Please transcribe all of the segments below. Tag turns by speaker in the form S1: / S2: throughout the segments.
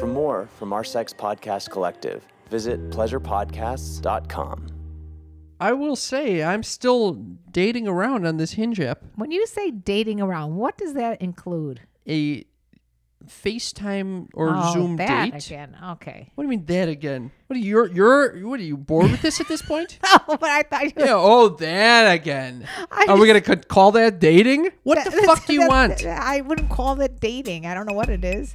S1: For more from our Sex Podcast Collective, visit pleasurepodcasts.com.
S2: I will say I'm still dating around on this Hinge app.
S3: When you say dating around, what does that include?
S2: A FaceTime or
S3: oh,
S2: Zoom
S3: that
S2: date.
S3: again. Okay.
S2: What do you mean that again? What are you? You're what are you bored with this at this point?
S3: Oh, but I thought you.
S2: yeah. Oh, that again.
S3: I
S2: are we gonna c- call that dating? What
S3: that-
S2: the fuck do you
S3: that-
S2: want?
S3: I wouldn't call that dating. I don't know what it is.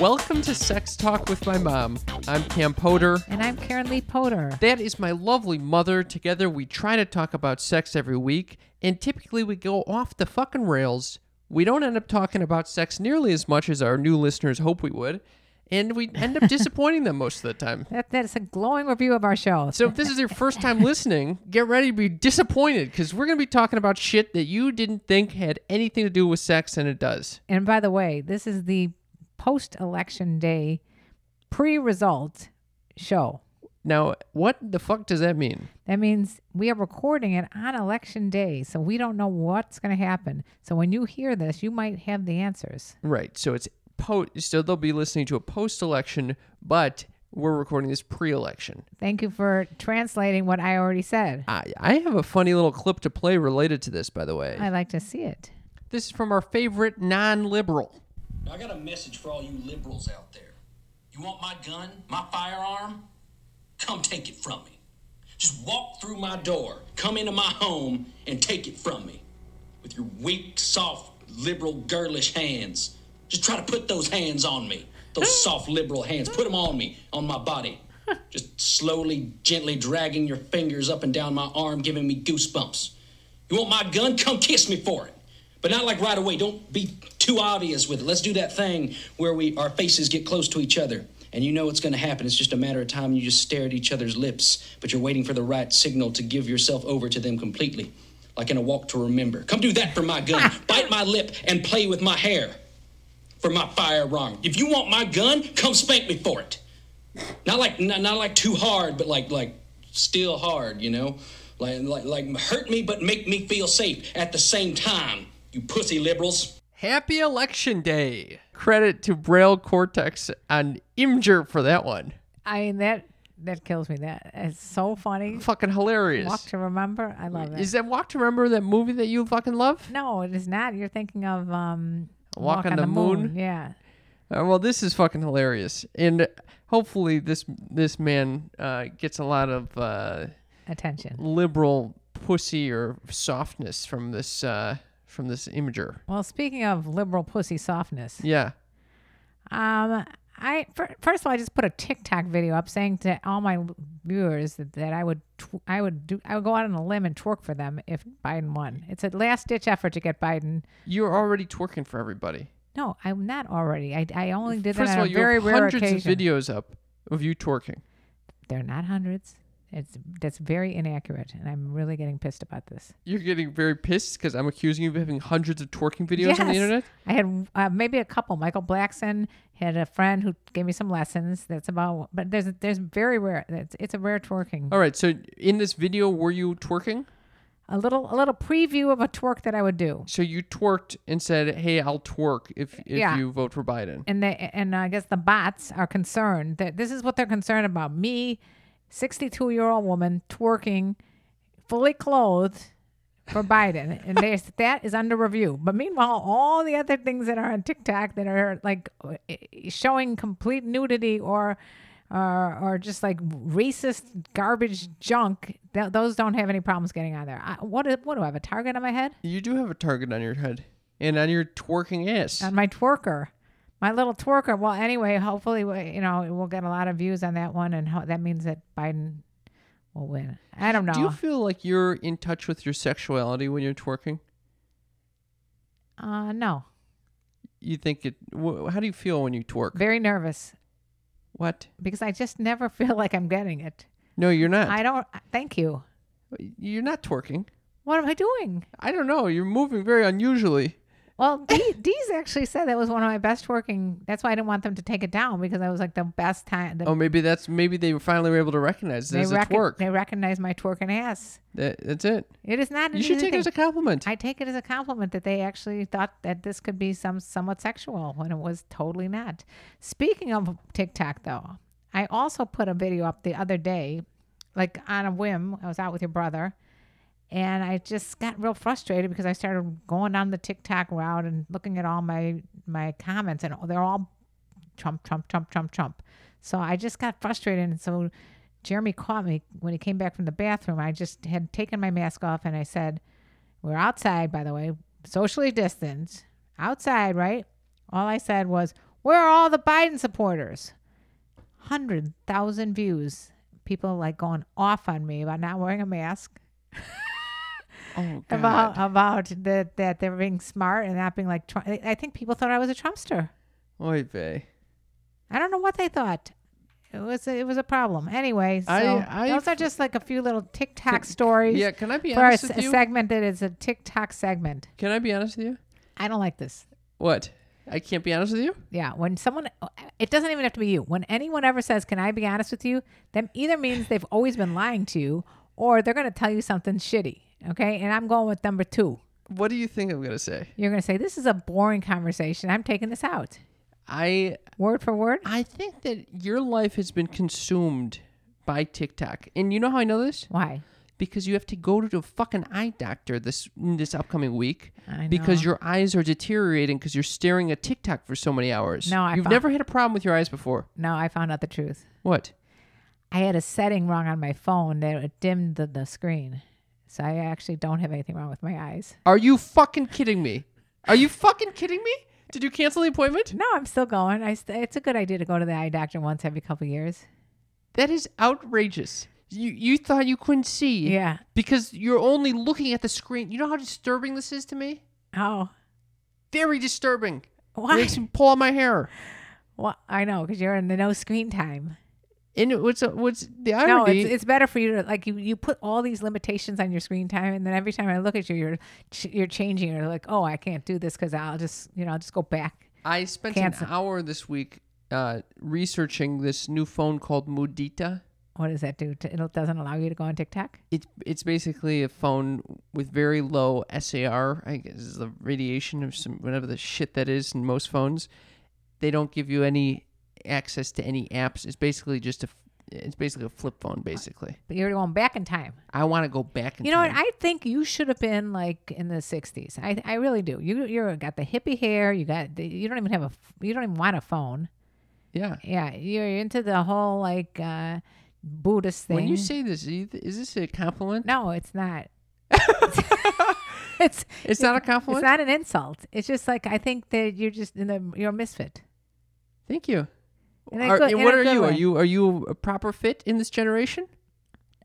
S2: Welcome to Sex Talk with My Mom. I'm Cam Potter.
S3: And I'm Karen Lee Potter.
S2: That is my lovely mother. Together, we try to talk about sex every week, and typically we go off the fucking rails. We don't end up talking about sex nearly as much as our new listeners hope we would, and we end up disappointing them most of the time.
S3: That, that's a glowing review of our show.
S2: So if this is your first time listening, get ready to be disappointed because we're going to be talking about shit that you didn't think had anything to do with sex, and it does.
S3: And by the way, this is the post election day pre result show.
S2: Now, what the fuck does that mean?
S3: That means we are recording it on election day, so we don't know what's going to happen. So when you hear this, you might have the answers.
S2: Right. So it's post. So they'll be listening to a post-election, but we're recording this pre-election.
S3: Thank you for translating what I already said.
S2: I, I have a funny little clip to play related to this, by the way.
S3: I like to see it.
S2: This is from our favorite non-liberal.
S4: Now, I got a message for all you liberals out there. You want my gun, my firearm? Come take it from me. Just walk through my door, come into my home, and take it from me. With your weak, soft, liberal, girlish hands. Just try to put those hands on me. Those soft, liberal hands. Put them on me, on my body. Just slowly, gently dragging your fingers up and down my arm, giving me goosebumps. You want my gun? Come kiss me for it. But not like right away. Don't be too obvious with it. Let's do that thing where we our faces get close to each other. And you know it's going to happen. It's just a matter of time. You just stare at each other's lips, but you're waiting for the right signal to give yourself over to them completely, like in a walk to remember. Come do that for my gun. Bite my lip and play with my hair for my firearm. If you want my gun, come spank me for it. Not like not, not like too hard, but like like still hard, you know? Like like like hurt me but make me feel safe at the same time. You pussy liberals.
S2: Happy Election Day! Credit to Braille Cortex on Imgur for that one.
S3: I mean that that kills me. That it's so funny.
S2: Fucking hilarious.
S3: Walk to remember. I love it.
S2: Is that Walk to Remember that movie that you fucking love?
S3: no, it is not. You're thinking of um,
S2: Walk on the Moon?
S3: Yeah.
S2: Uh, well, this is fucking hilarious, and hopefully this this man uh, gets a lot of uh,
S3: Attention.
S2: liberal pussy or softness from this uh, from this imager.
S3: Well, speaking of liberal pussy softness,
S2: Yeah,
S3: Um, I fir- first of all, I just put a TikTok video up saying to all my l- viewers that, that I would tw- I would do I would go out on a limb and twerk for them if Biden won. It's a last ditch effort to get Biden.
S2: you're already twerking for everybody.
S3: No, I'm not already. I, I only did
S2: First
S3: that
S2: of
S3: on
S2: all,
S3: a
S2: you
S3: very
S2: have
S3: rare
S2: hundreds
S3: occasion.
S2: of videos up of you twerking.
S3: They're not hundreds. It's that's very inaccurate, and I'm really getting pissed about this.
S2: You're getting very pissed because I'm accusing you of having hundreds of twerking videos on the
S3: Yes.
S2: internet.
S3: I had uh, maybe a couple. Michael Blackson had a friend who gave me some lessons. That's about. But there's there's very rare. It's, it's a rare twerking.
S2: All right. So in this video, were you twerking?
S3: A little a little preview of a twerk that I would do.
S2: So you twerked and said, "Hey, I'll twerk if if
S3: Yeah.
S2: you vote for Biden."
S3: and they and I guess the bots are concerned that this is what they're concerned about. Me, sixty-two year old woman twerking, fully clothed for Biden, and they, that is under review. But meanwhile, all the other things that are on TikTok that are like uh, showing complete nudity or. Or, or just like racist garbage junk. Th- those don't have any problems getting on there. I, what, do- what do I have a target on my head?
S2: You do have a target on your head and on your twerking ass.
S3: on Uh, my twerker, my little twerker. Well, anyway, hopefully, we, you know, we'll get a lot of views on that one, and ho- that means that Biden will win. I don't know.
S2: Do you feel like you're in touch with your sexuality when you're twerking?
S3: uh, no,
S2: You think it? Wh- how do you feel when you twerk?
S3: very nervous
S2: what?
S3: because I just never feel like I'm getting it.
S2: No, you're not.
S3: I don't. uh, Thank you.
S2: you're not twerking.
S3: What am I doing?
S2: I don't know. You're moving very unusually.
S3: Well, D, D's actually said that was one of my best twerking. That's why I didn't want them to take it down because I was like the best time. The,
S2: Oh, maybe that's maybe they finally were able to recognize it
S3: they,
S2: as a
S3: recog-
S2: twerk.
S3: they recognize my twerking ass.
S2: That, that's it.
S3: It is not. an
S2: You should
S3: easy
S2: take it as
S3: thing.
S2: a compliment.
S3: I take it as a compliment that they actually thought that this could be some somewhat sexual when it was totally not. Speaking of TikTok though, I also put a video up the other day, like on a whim. I was out with your brother and I just got real frustrated because I started going down the TikTok route and looking at all my my comments and they're all Trump, Trump, Trump, Trump, Trump. So I just got frustrated. And so Jeremy caught me when he came back from the bathroom. I just had taken my mask off and I said, We're outside, by the way, socially distanced, outside, right? All I said was, Where are all the Biden supporters? 100,000 views. People like going off on me about not wearing a mask
S2: oh God.
S3: about about that that they're being smart and not being like Trump. I I think people thought I was a Trumpster.
S2: Oy vey.
S3: I don't know what they thought. It was a, it was a problem. Anyway, so
S2: I- I-
S3: those are just like a few little TikTok stories.
S2: Yeah, can I be
S3: for a,
S2: honest
S3: s-
S2: with
S3: a
S2: you?
S3: segment that is a TikTok segment.
S2: Can I be honest with you?
S3: I don't like this.
S2: What? I can't be honest with you.
S3: Yeah, when someone, it doesn't even have to be you. When anyone ever says, "Can I be honest with you?" then either means they've always been lying to you, or they're going to tell you something shitty. Okay, and I'm going with number two.
S2: What do you think I'm gonna say?
S3: You're going to say, "This is a boring conversation. I'm taking this out."
S2: I
S3: Word for word?
S2: I think that your life has been consumed by TikTok, and you know how I know this
S3: Why?
S2: because you have to go to the fucking eye doctor this this upcoming week
S3: I
S2: because
S3: know.
S2: your eyes are deteriorating because you're staring at TikTok for so many hours.
S3: No, I
S2: you've
S3: fo-
S2: never had a problem with your eyes before.
S3: No, I found out the truth.
S2: What?
S3: I had a setting wrong on my phone that it dimmed the, the screen. So I actually don't have anything wrong with my eyes.
S2: Are you fucking kidding me? Are you fucking kidding me? Did you cancel the appointment?
S3: No, I'm still going. I st- it's a good idea to go to the eye doctor once every couple years.
S2: That is outrageous. You you thought you couldn't see.
S3: Yeah.
S2: Because you're only looking at the screen. You know how disturbing this is to me?
S3: Oh,
S2: Very disturbing.
S3: why?
S2: Makes me pull out my hair.
S3: Wha- I know because you're in the no screen time.
S2: And it- what's what's the
S3: No,
S2: irony?
S3: it's, it's better for you to like you, you put all these limitations on your screen time, and then every time I look at you, you're ch- you're changing. You're like, oh, I can't do this because I'll just you know I'll just go back.
S2: I spent
S3: Cancel.
S2: an hour this week uh, researching this new phone called Mudita.
S3: What does that do? To, it doesn't allow you to go on TikTok.
S2: It's it's basically a phone with very low SAR. I guess is the radiation of some whatever the shit that is in most phones. They don't give you any access to any apps. It's basically just a it's basically a flip phone. Basically,
S3: But you're going back in time.
S2: I want to go back. In
S3: You know what?
S2: time.
S3: I think you should have been like in the '60s. I I really do. You you're got the hippie hair. You got the, you don't even have a f- you don't even want a phone.
S2: yeah.
S3: Yeah, you're into the whole like uh Buddhist thing.
S2: When you say this, is is this a compliment?
S3: no, it's not. it's
S2: It's not a compliment.
S3: it's not an insult. It's just like I think that you're just in the you're a misfit.
S2: Thank you.
S3: In a
S2: Are-
S3: good-
S2: and
S3: in
S2: what
S3: a
S2: are
S3: good
S2: you? Are
S3: way.
S2: you are you a proper fit in this generation?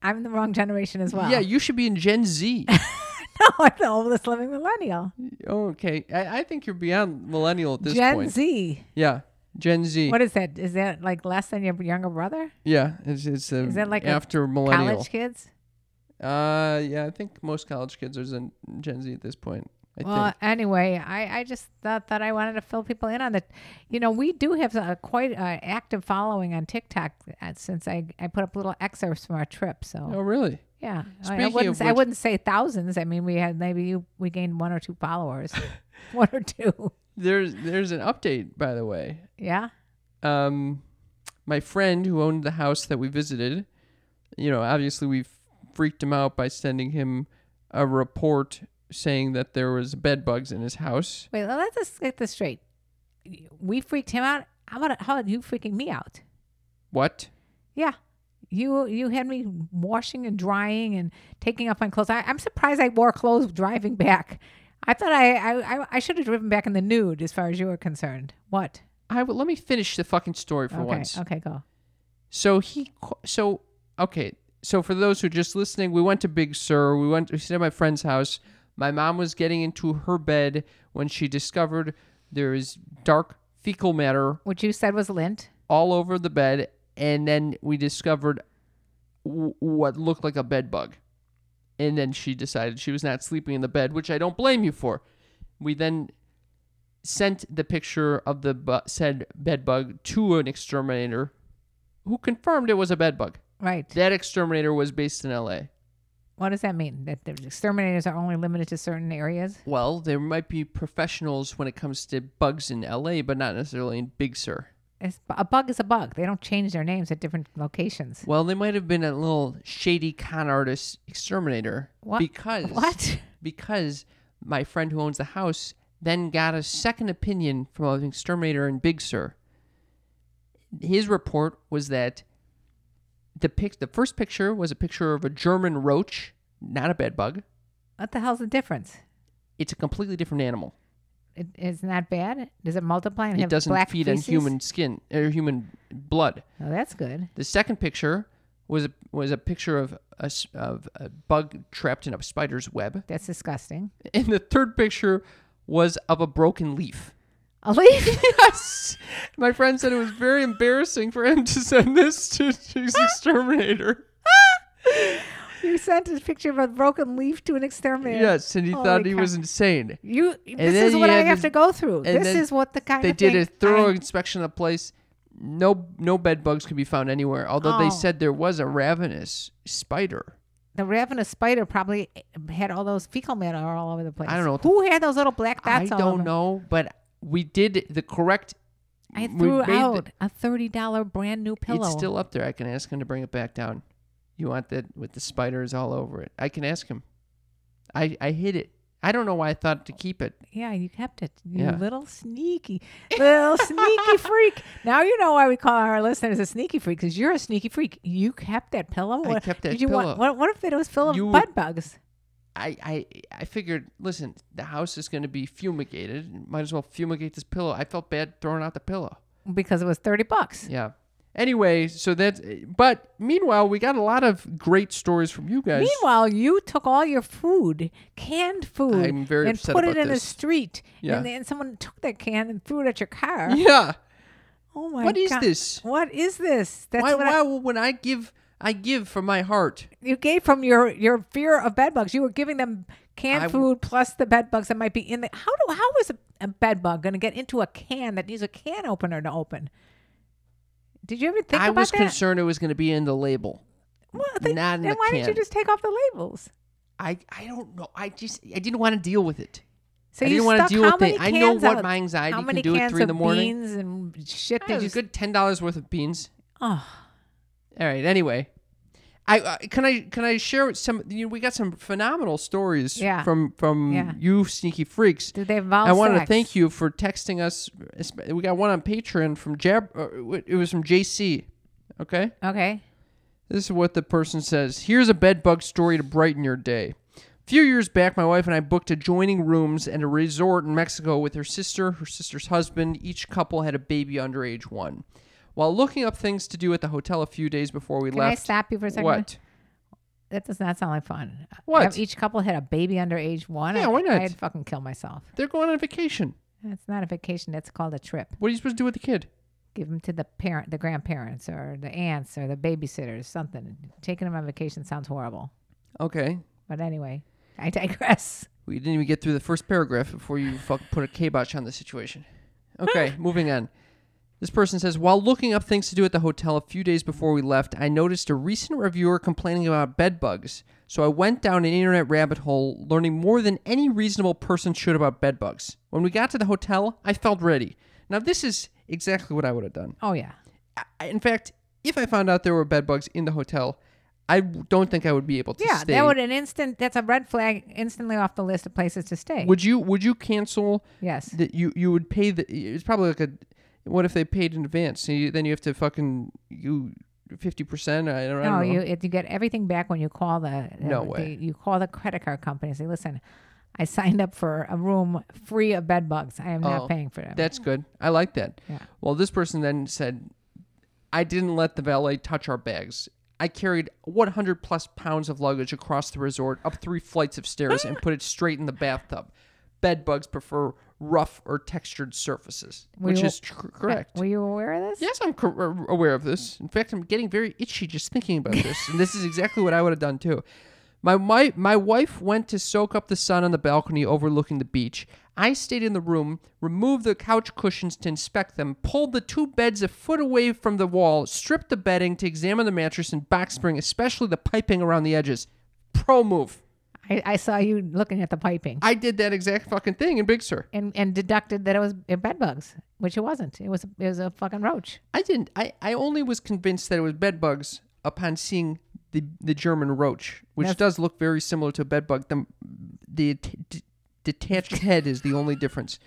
S3: I'm the wrong generation as well.
S2: Yeah, you should be in Gen Z.
S3: no, I'm the oldest living millennial.
S2: okay, I, I think you're beyond millennial at this
S3: Gen
S2: point.
S3: Z.
S2: Yeah, Gen Z.
S3: What is that? Is that like less than your younger brother?
S2: yeah, it's it's um,
S3: Is that like a
S2: after millennial.
S3: College kids?
S2: Uh, yeah, I think most college kids are Zen- Gen Z at this point. I
S3: well,
S2: think.
S3: anyway, I, I just thought that I wanted to fill people in on that. You know, we do have a quite uh, active following on TikTok uh, since I, I put up little excerpts from our trip. So
S2: Oh, really?
S3: yeah, I-
S2: Speaking
S3: I
S2: of
S3: wouldn't I
S2: which-
S3: wouldn't say thousands. I mean, we had maybe you, we gained one or two followers, one or two.
S2: There's there's an update, by the way.
S3: Yeah.
S2: Um, my friend who owned the house that we visited, you know, obviously we freaked him out by sending him a report saying that there was bed bugs in his house.
S3: Wait, well, let's just get this straight. We freaked him out. How about how about you freaking me out?
S2: What?
S3: Yeah. You you had me washing and drying and taking off my clothes. I, I'm surprised I wore clothes driving back. I thought I I, I, I should have driven back in the nude as far as you were concerned. What?
S2: I w- let me finish the fucking story for
S3: okay.
S2: once.
S3: Okay, go.
S2: So he, co- so okay. So for those who are just listening, we went to Big Sur. We went to stayed at my friend's house. My mom was getting into her bed when she discovered there is dark fecal matter
S3: What you said was lint.
S2: all over the bed, and then we discovered w- what looked like a bed bug. And then she decided she was not sleeping in the bed, which I don't blame you for. We then sent the picture of the bu- said bed bug to an exterminator, who confirmed it was a bed bug.
S3: Right.
S2: That exterminator was based in L.A.
S3: what does that mean? That the exterminators are only limited to certain areas?
S2: Well, there might be professionals when it comes to bugs in L.A., but not necessarily in Big Sur.
S3: It's, a bug is a bug. They don't change their names at different locations.
S2: Well, they might have been a little shady con artist exterminator
S3: What?
S2: because
S3: What?
S2: Because my friend who owns the house then got a second opinion from an exterminator in Big Sur. His report was that the pic- the first picture was a picture of a German roach, not a bed bug.
S3: What the hell's the difference?
S2: It's a completely different animal.
S3: It, it's not bad. Does it multiply and
S2: It
S3: have
S2: doesn't
S3: black
S2: feed
S3: feces?
S2: on human skin or human blood.
S3: Oh, that's good.
S2: The second picture was a, was a picture of a, s- of a bug trapped in a spider's web,
S3: That's disgusting.
S2: and the third picture was of a broken leaf.
S3: A leaf.
S2: Yes, my friend said it was very embarrassing for him to send this to his exterminator.
S3: You sent a picture of a broken leaf to an exterminator.
S2: Yes, and he
S3: Holy
S2: thought he
S3: cow.
S2: was insane.
S3: You. This
S2: then
S3: is
S2: you
S3: what I
S2: had
S3: have
S2: to-
S3: to go through.
S2: and
S3: This
S2: then
S3: is what the kind
S2: They
S3: of
S2: did
S3: thing
S2: a thorough
S3: I-
S2: inspection of the place. No, no bed bugs could be found anywhere. Although they
S3: Oh.
S2: said there was a ravenous spider.
S3: the ravenous spider probably had all those fecal matter all over the place.
S2: I don't know what the
S3: who had those little black dots.
S2: I
S3: all
S2: don't
S3: over?
S2: know, but we did the correct.
S3: I
S2: we
S3: threw
S2: made the-
S3: out a thirty dollar brand new pillow.
S2: It's still up there. I can ask him to bring it back down. You want that with the spiders all over it? I can ask him. I I hid it. I don't know why I thought to keep it.
S3: yeah, you kept it. You
S2: Yeah.
S3: little sneaky, little sneaky freak. Now you know why we call our listeners a sneaky freak because you're a sneaky freak. You kept that pillow.
S2: I
S3: What-
S2: kept that
S3: did you Want,
S2: pillow.
S3: what, what if it was full of
S2: You were-
S3: bed bugs?
S2: I I I figured. Listen, the house is going to be fumigated. Might as well fumigate this pillow. I felt bad throwing out the pillow.
S3: Because it was thirty bucks.
S2: Yeah. Anyway, so that's. But meanwhile, we got a lot of great stories from you guys.
S3: Meanwhile, you took all your food, canned food,
S2: I'm very
S3: and
S2: upset
S3: put
S2: about
S3: it in
S2: this.
S3: the street.
S2: Yeah.
S3: And then someone took that can and threw it at your car.
S2: yeah.
S3: Oh my!
S2: What is
S3: God.
S2: this?
S3: What is this? That's
S2: why
S3: what
S2: why
S3: I,
S2: when I give I give from my heart.
S3: you gave from your your fear of bed bugs. You were giving them canned
S2: I-
S3: food plus the bed bugs that might be in the. How do how is a, a bed bug going to get into a can that needs a can opener to open? Did you ever think
S2: I
S3: about
S2: was
S3: that?
S2: concerned it was going to be in the label.
S3: Well, then,
S2: not in
S3: then
S2: the
S3: why didn't you
S2: can.
S3: just take off the labels?
S2: I I don't know. I just I didn't want to deal with it.
S3: So
S2: I
S3: you
S2: didn't wanna
S3: stuck
S2: deal
S3: how
S2: with it.
S3: many
S2: I know
S3: cans
S2: what
S3: of-
S2: my anxiety
S3: how
S2: can
S3: many
S2: do at
S3: cans
S2: three in
S3: of
S2: the morning.
S3: Beans and shit.
S2: It
S3: Did
S2: was
S3: you
S2: a good ten dollars worth of beans.
S3: Oh,
S2: All right. Anyway, I uh, can I can I share some? You know, we got some phenomenal stories
S3: Yeah.
S2: from from
S3: Yeah.
S2: you sneaky freaks.
S3: did they involve?
S2: I wanted to
S3: sex?
S2: thank you for texting us. We got one on Patreon from Jab. uh, It was from JC. Okay.
S3: Okay.
S2: This is what the person says. Here's a bed bug story to brighten your day. A few years back, my wife and I booked adjoining rooms at a resort in Mexico with her sister, her sister's husband. Each couple had a baby under age one. While looking up things to do at the hotel a few days before we
S3: Can
S2: left,
S3: I stop you for a second?
S2: what?
S3: That does not sound like fun.
S2: What?
S3: Have each couple had a baby under age one?
S2: Yeah, why not?
S3: I'd fucking kill myself.
S2: They're going on vacation.
S3: That's not a vacation. That's called a trip.
S2: What are you supposed to do with the kid?
S3: give them to the parent, the grandparents, or the aunts, or the babysitters, something. Taking them on vacation sounds horrible.
S2: Okay.
S3: But anyway, I digress.
S2: We didn't even get through the first paragraph before you fuck put a kibosh on the situation. Okay, moving on. This person says, while looking up things to do at the hotel a few days before we left, I noticed a recent reviewer complaining about bed bugs. So I went down an internet rabbit hole, learning more than any reasonable person should about bed bugs. When we got to the hotel, I felt ready. Now this is exactly what I would have done.
S3: Oh yeah,
S2: I, in fact, if I found out there were bed bugs in the hotel, I don't think I would be able to
S3: yeah.
S2: stay.
S3: That would an instant. That's a red flag instantly off the list of places to stay.
S2: Would you would you cancel
S3: yes.
S2: that you you would pay the it's probably like a what if they paid in advance so you, then you have to fucking you 50% i don't, I don't
S3: no,
S2: know
S3: Oh, you it, you get everything back when you call the
S2: No
S3: uh,
S2: way.
S3: the- you call the credit card company and say, listen, I signed up for a room free of bed bugs. I am
S2: Oh,
S3: not paying for them.
S2: that's good i like that
S3: Yeah.
S2: well this person then said i didn't let the valet touch our bags i carried 100 plus pounds of luggage across the resort up three flights of stairs and put it straight in the bathtub bed bugs prefer rough or textured surfaces
S3: Were
S2: which
S3: you-
S2: is tr- correct
S3: Were you aware of this?
S2: Yes, I'm cor- uh, aware of this. In fact, I'm getting very itchy just thinking about this, and this is exactly what I would have done too. My, my my wife went to soak up the sun on the balcony overlooking the beach. I stayed in the room, removed the couch cushions to inspect them, pulled the two beds a foot away from the wall, stripped the bedding to examine the mattress and box spring, especially the piping around the edges. Pro move.
S3: I, I saw you looking at the piping
S2: I did that exact fucking thing in Big Sur.
S3: and, and deducted that it was uh, bed bugs, which it wasn't. It was it was a fucking roach.
S2: I didn't. I, I only was convinced that it was bed bugs upon seeing the the German roach, which does look very similar to a bed bug. The, the det- detached head is the only difference.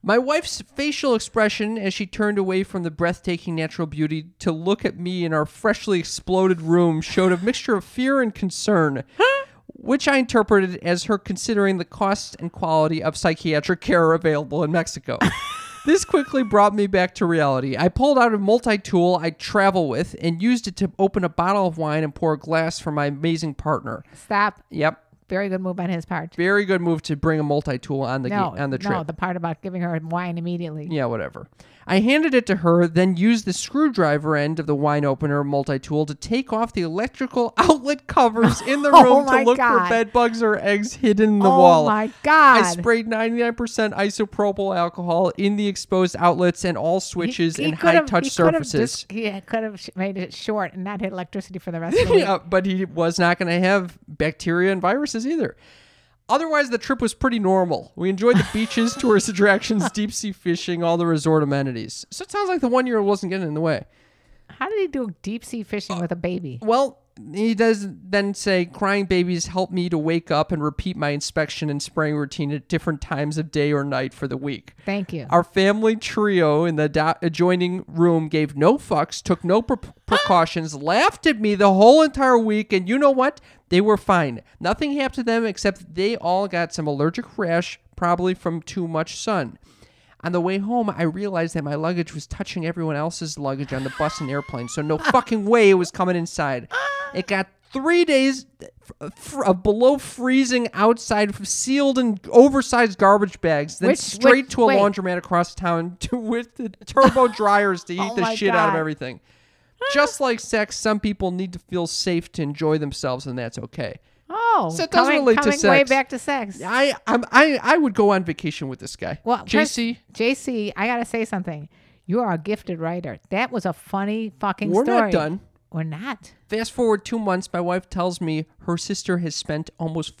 S2: My wife's facial expression as she turned away from the breathtaking natural beauty to look at me in our freshly exploded room showed a mixture of fear and concern, which I interpreted as her considering the cost and quality of psychiatric care available in Mexico. This quickly brought me back to reality. I pulled out a multi tool I travel with and used it to open a bottle of wine and pour a glass for my amazing partner.
S3: Stop.
S2: Yep.
S3: Very good move on his part.
S2: Very good move to bring a multi tool on the
S3: no,
S2: on the trip.
S3: no, the part about giving her wine immediately.
S2: Yeah, whatever. I handed it to her, then used the screwdriver end of the wine opener multi tool to take off the electrical outlet covers in the
S3: Oh
S2: room to
S3: my
S2: look for
S3: God.
S2: bed bugs or eggs hidden in the
S3: Oh
S2: wall.
S3: my
S2: I
S3: God.
S2: sprayed 99% isopropyl alcohol in the exposed outlets and all switches and
S3: could
S2: high
S3: have-
S2: touch
S3: he could have
S2: surfaces.
S3: just- he could have sh- made it short and not hit electricity for the rest of the week.
S2: yeah, but he was not going to have bacteria and viruses either. Otherwise, the trip was pretty normal. We enjoyed the beaches, tourist attractions, deep sea fishing, all the resort amenities. So it sounds like the one year old wasn't getting in the way.
S3: How did he do deep sea
S2: Oh.
S3: fishing with a baby?
S2: Well, he does then say, crying babies help me to wake up and repeat my inspection and spraying routine at different times of day or night for the week.
S3: Thank you.
S2: Our family trio in the da- adjoining room gave no fucks, took no pre-
S3: Ah!
S2: precautions, laughed at me the whole entire week, and you know what? They were fine. Nothing happened to them except they all got some allergic rash, probably from too much sun. On the way home, I realized that my luggage was touching everyone else's luggage on the bus and airplane, so no fucking way it was coming inside.
S3: Ah!
S2: It got three days f- f- of below freezing outside, f- sealed in oversized garbage bags, then
S3: Which-
S2: straight
S3: which-
S2: to a
S3: wait.
S2: laundromat across town to, with the turbo dryers to eat
S3: Oh
S2: the
S3: my
S2: shit out of
S3: God.
S2: everything. Just like sex, some people need to feel safe to enjoy themselves, and that's okay.
S3: Oh,
S2: So it doesn't
S3: coming,
S2: relate to
S3: coming way
S2: sex.
S3: back to sex.
S2: I I'm, I I would go on vacation with this guy.
S3: Well, first-
S2: JC,
S3: JC, I gotta say something. You are a gifted writer. That was a funny fucking
S2: we're
S3: story.
S2: not done.
S3: We're not.
S2: Fast forward two months, my wife tells me her sister has spent almost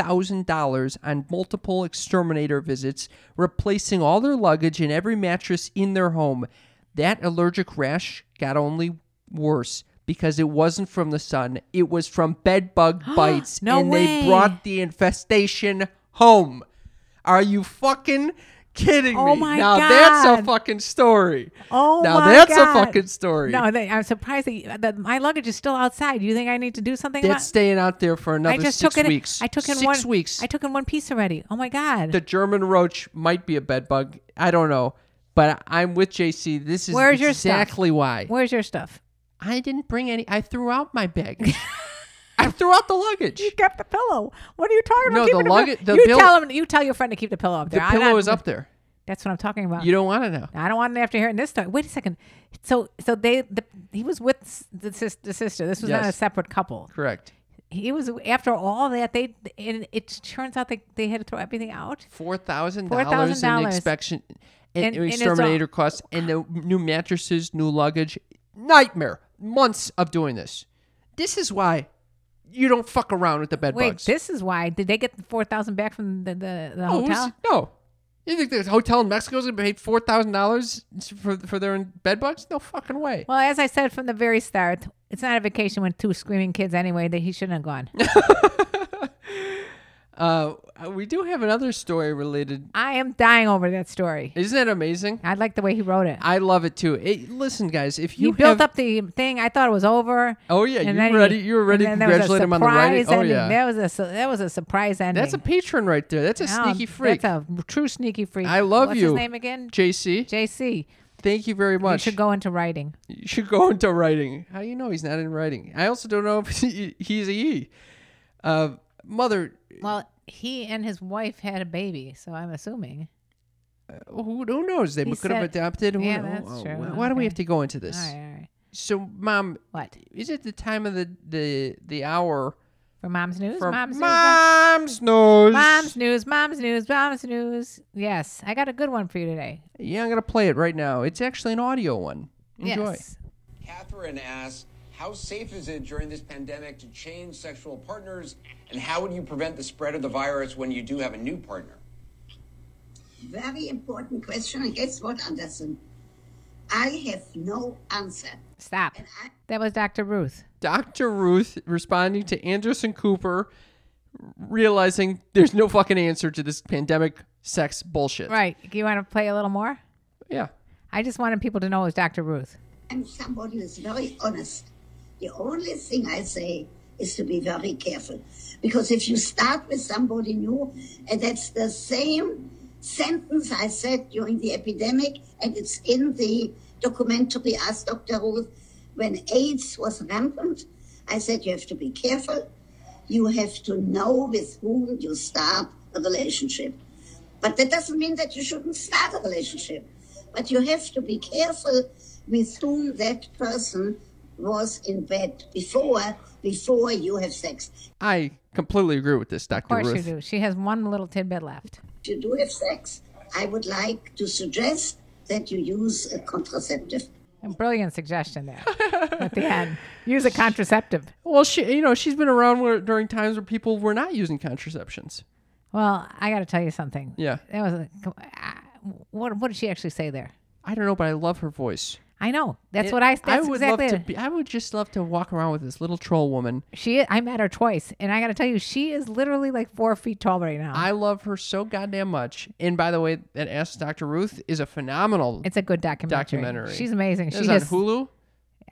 S2: $4,000 on multiple exterminator visits, replacing all their luggage and every mattress in their home. That allergic rash got only worse because it wasn't from the sun, it was from bed bug bites,
S3: No
S2: and
S3: way.
S2: they brought the infestation home. Are you fucking kidding
S3: Oh
S2: me?
S3: my
S2: now that's a
S3: God.
S2: fucking story.
S3: Oh
S2: now
S3: my
S2: that's
S3: God.
S2: a fucking story.
S3: No, they, I'm surprised that, you- that my luggage is still outside. You think I need to do something?
S2: That's
S3: about
S2: staying out there for another
S3: I just
S2: six
S3: took it.
S2: weeks.
S3: I took in
S2: six
S3: one.
S2: weeks.
S3: I took in one piece already. Oh my god.
S2: the German roach might be a bed bug. I don't know, but I'm with JC. This is
S3: Where's your stuff?
S2: exactly why
S3: Where's your stuff?
S2: I didn't bring any. I threw out my bag. I threw out the luggage.
S3: You kept the pillow. What are you talking
S2: No,
S3: about?
S2: the
S3: Keeping
S2: lugga- the
S3: you
S2: pill-
S3: tell him. You tell your friend to keep the pillow up
S2: The
S3: there. uh, I'm
S2: pillow
S3: not-
S2: is up there.
S3: That's what I'm talking about.
S2: You don't want to know.
S3: I don't want it after hearing this story. Wait a second. So, so they, the, he was with s- the, sis, the sister. This was not a
S2: Yes.
S3: separate couple.
S2: Correct.
S3: He was after all that they, and it turns out they, they had to throw everything out.
S2: Four thousand dollars in
S3: $4,000.
S2: inspection,
S3: And-
S2: and,
S3: and it's all-
S2: exterminator costs, and the new mattresses, new luggage. Nightmare. Months of doing this. This is why you don't fuck around with the bed
S3: Wait,
S2: bugs. Oh,
S3: this is why. Did they get the four thousand back from the the,
S2: no,
S3: the hotel?
S2: it's- no. You think the hotel in Mexico is going to pay four thousand dollars for for their bed bugs? No fucking way.
S3: Well, as I said from the very start, it's not a vacation with two screaming kids anyway. That he shouldn't have gone.
S2: Uh, we do have another story related.
S3: I am dying over that story.
S2: Isn't that amazing?
S3: I like the way he wrote it.
S2: I love it too. It, listen, guys, if
S3: he
S2: you have,
S3: built up the thing. I thought it was over.
S2: Oh, yeah,
S3: and
S2: you
S3: then
S2: were ready- you were ready
S3: and
S2: to
S3: then there was a
S2: congratulate him on the writing?
S3: surprise
S2: Oh,
S3: ending.
S2: yeah.
S3: That was a su- that was a surprise ending.
S2: that's a patron right there. That's a
S3: Oh,
S2: sneaky freak. I
S3: That's a true sneaky freak.
S2: love
S3: What's
S2: you.
S3: His name again?
S2: JC.
S3: JC.
S2: Thank you very
S3: You
S2: much.
S3: should go into writing.
S2: You should go into writing. How do you know he's not in writing? I also don't know if he, he's a E. Uh, mother,
S3: Well, he and his wife had a baby, so I'm assuming.
S2: who, who knows? They
S3: He
S2: could have
S3: said-
S2: adopted. Who
S3: Yeah,
S2: kno-
S3: that's true.
S2: Why, why do we
S3: Okay.
S2: have to go into this?
S3: All right, all right.
S2: So, mom,
S3: What
S2: is it the time of the the the hour
S3: for mom's news?
S2: for
S3: mom's news.
S2: mom's news?
S3: Mom's news, mom's news, mom's news. Yes, I got a good one for you today.
S2: Yeah, I'm gonna play it right now. It's actually an audio one. Enjoy.
S3: Yes.
S5: Catherine asks, how safe is it during this pandemic to change sexual partners, and how would you prevent the spread of the virus when you do have a new partner?
S6: Very important question, and guess what, Anderson? I have no answer.
S3: Stop. That was Dr. Ruth.
S2: Dr. Ruth responding to Anderson Cooper, realizing there's no fucking answer to this pandemic sex bullshit.
S3: Right. You want to play a little more?
S2: Yeah.
S3: I just wanted people to know it was Dr. Ruth.
S6: I'm somebody who's very honest. The only thing I say is to be very careful. Because if you start with somebody new, and that's the same sentence I said during the epidemic, and it's in the documentary Ask Dr. Ruth, when AIDS was rampant, I said you have to be careful. You have to know with whom you start a relationship. But that doesn't mean that you shouldn't start a relationship. But you have to be careful with whom that person was in bed before before you have sex.
S2: I completely agree with this, Dr.
S3: Of course
S2: Ruth.
S3: you do. She has one little tidbit left.
S6: If you do have sex, I would like to suggest that you use a contraceptive.
S3: A brilliant suggestion there at the end. Use a contraceptive.
S2: Well, she, you know, she's been around where, during times where people were not using contraceptions.
S3: Well, I got to tell you something.
S2: Yeah.
S3: That was a, I- what. What did she actually say there?
S2: I don't know, but I love her voice.
S3: I know. That's
S2: It-
S3: what I. That's
S2: I would
S3: exactly.
S2: love to
S3: it.
S2: be. I would just love to walk around with this little troll woman.
S3: She. I met her twice, and I got to tell you, she is literally like four feet tall right now.
S2: I love her so goddamn much. And by the way, that Ask Dr. Ruth is a phenomenal
S3: it's a good documentary.
S2: documentary.
S3: She's amazing.
S2: It
S3: She
S2: was on
S3: just.
S2: Hulu.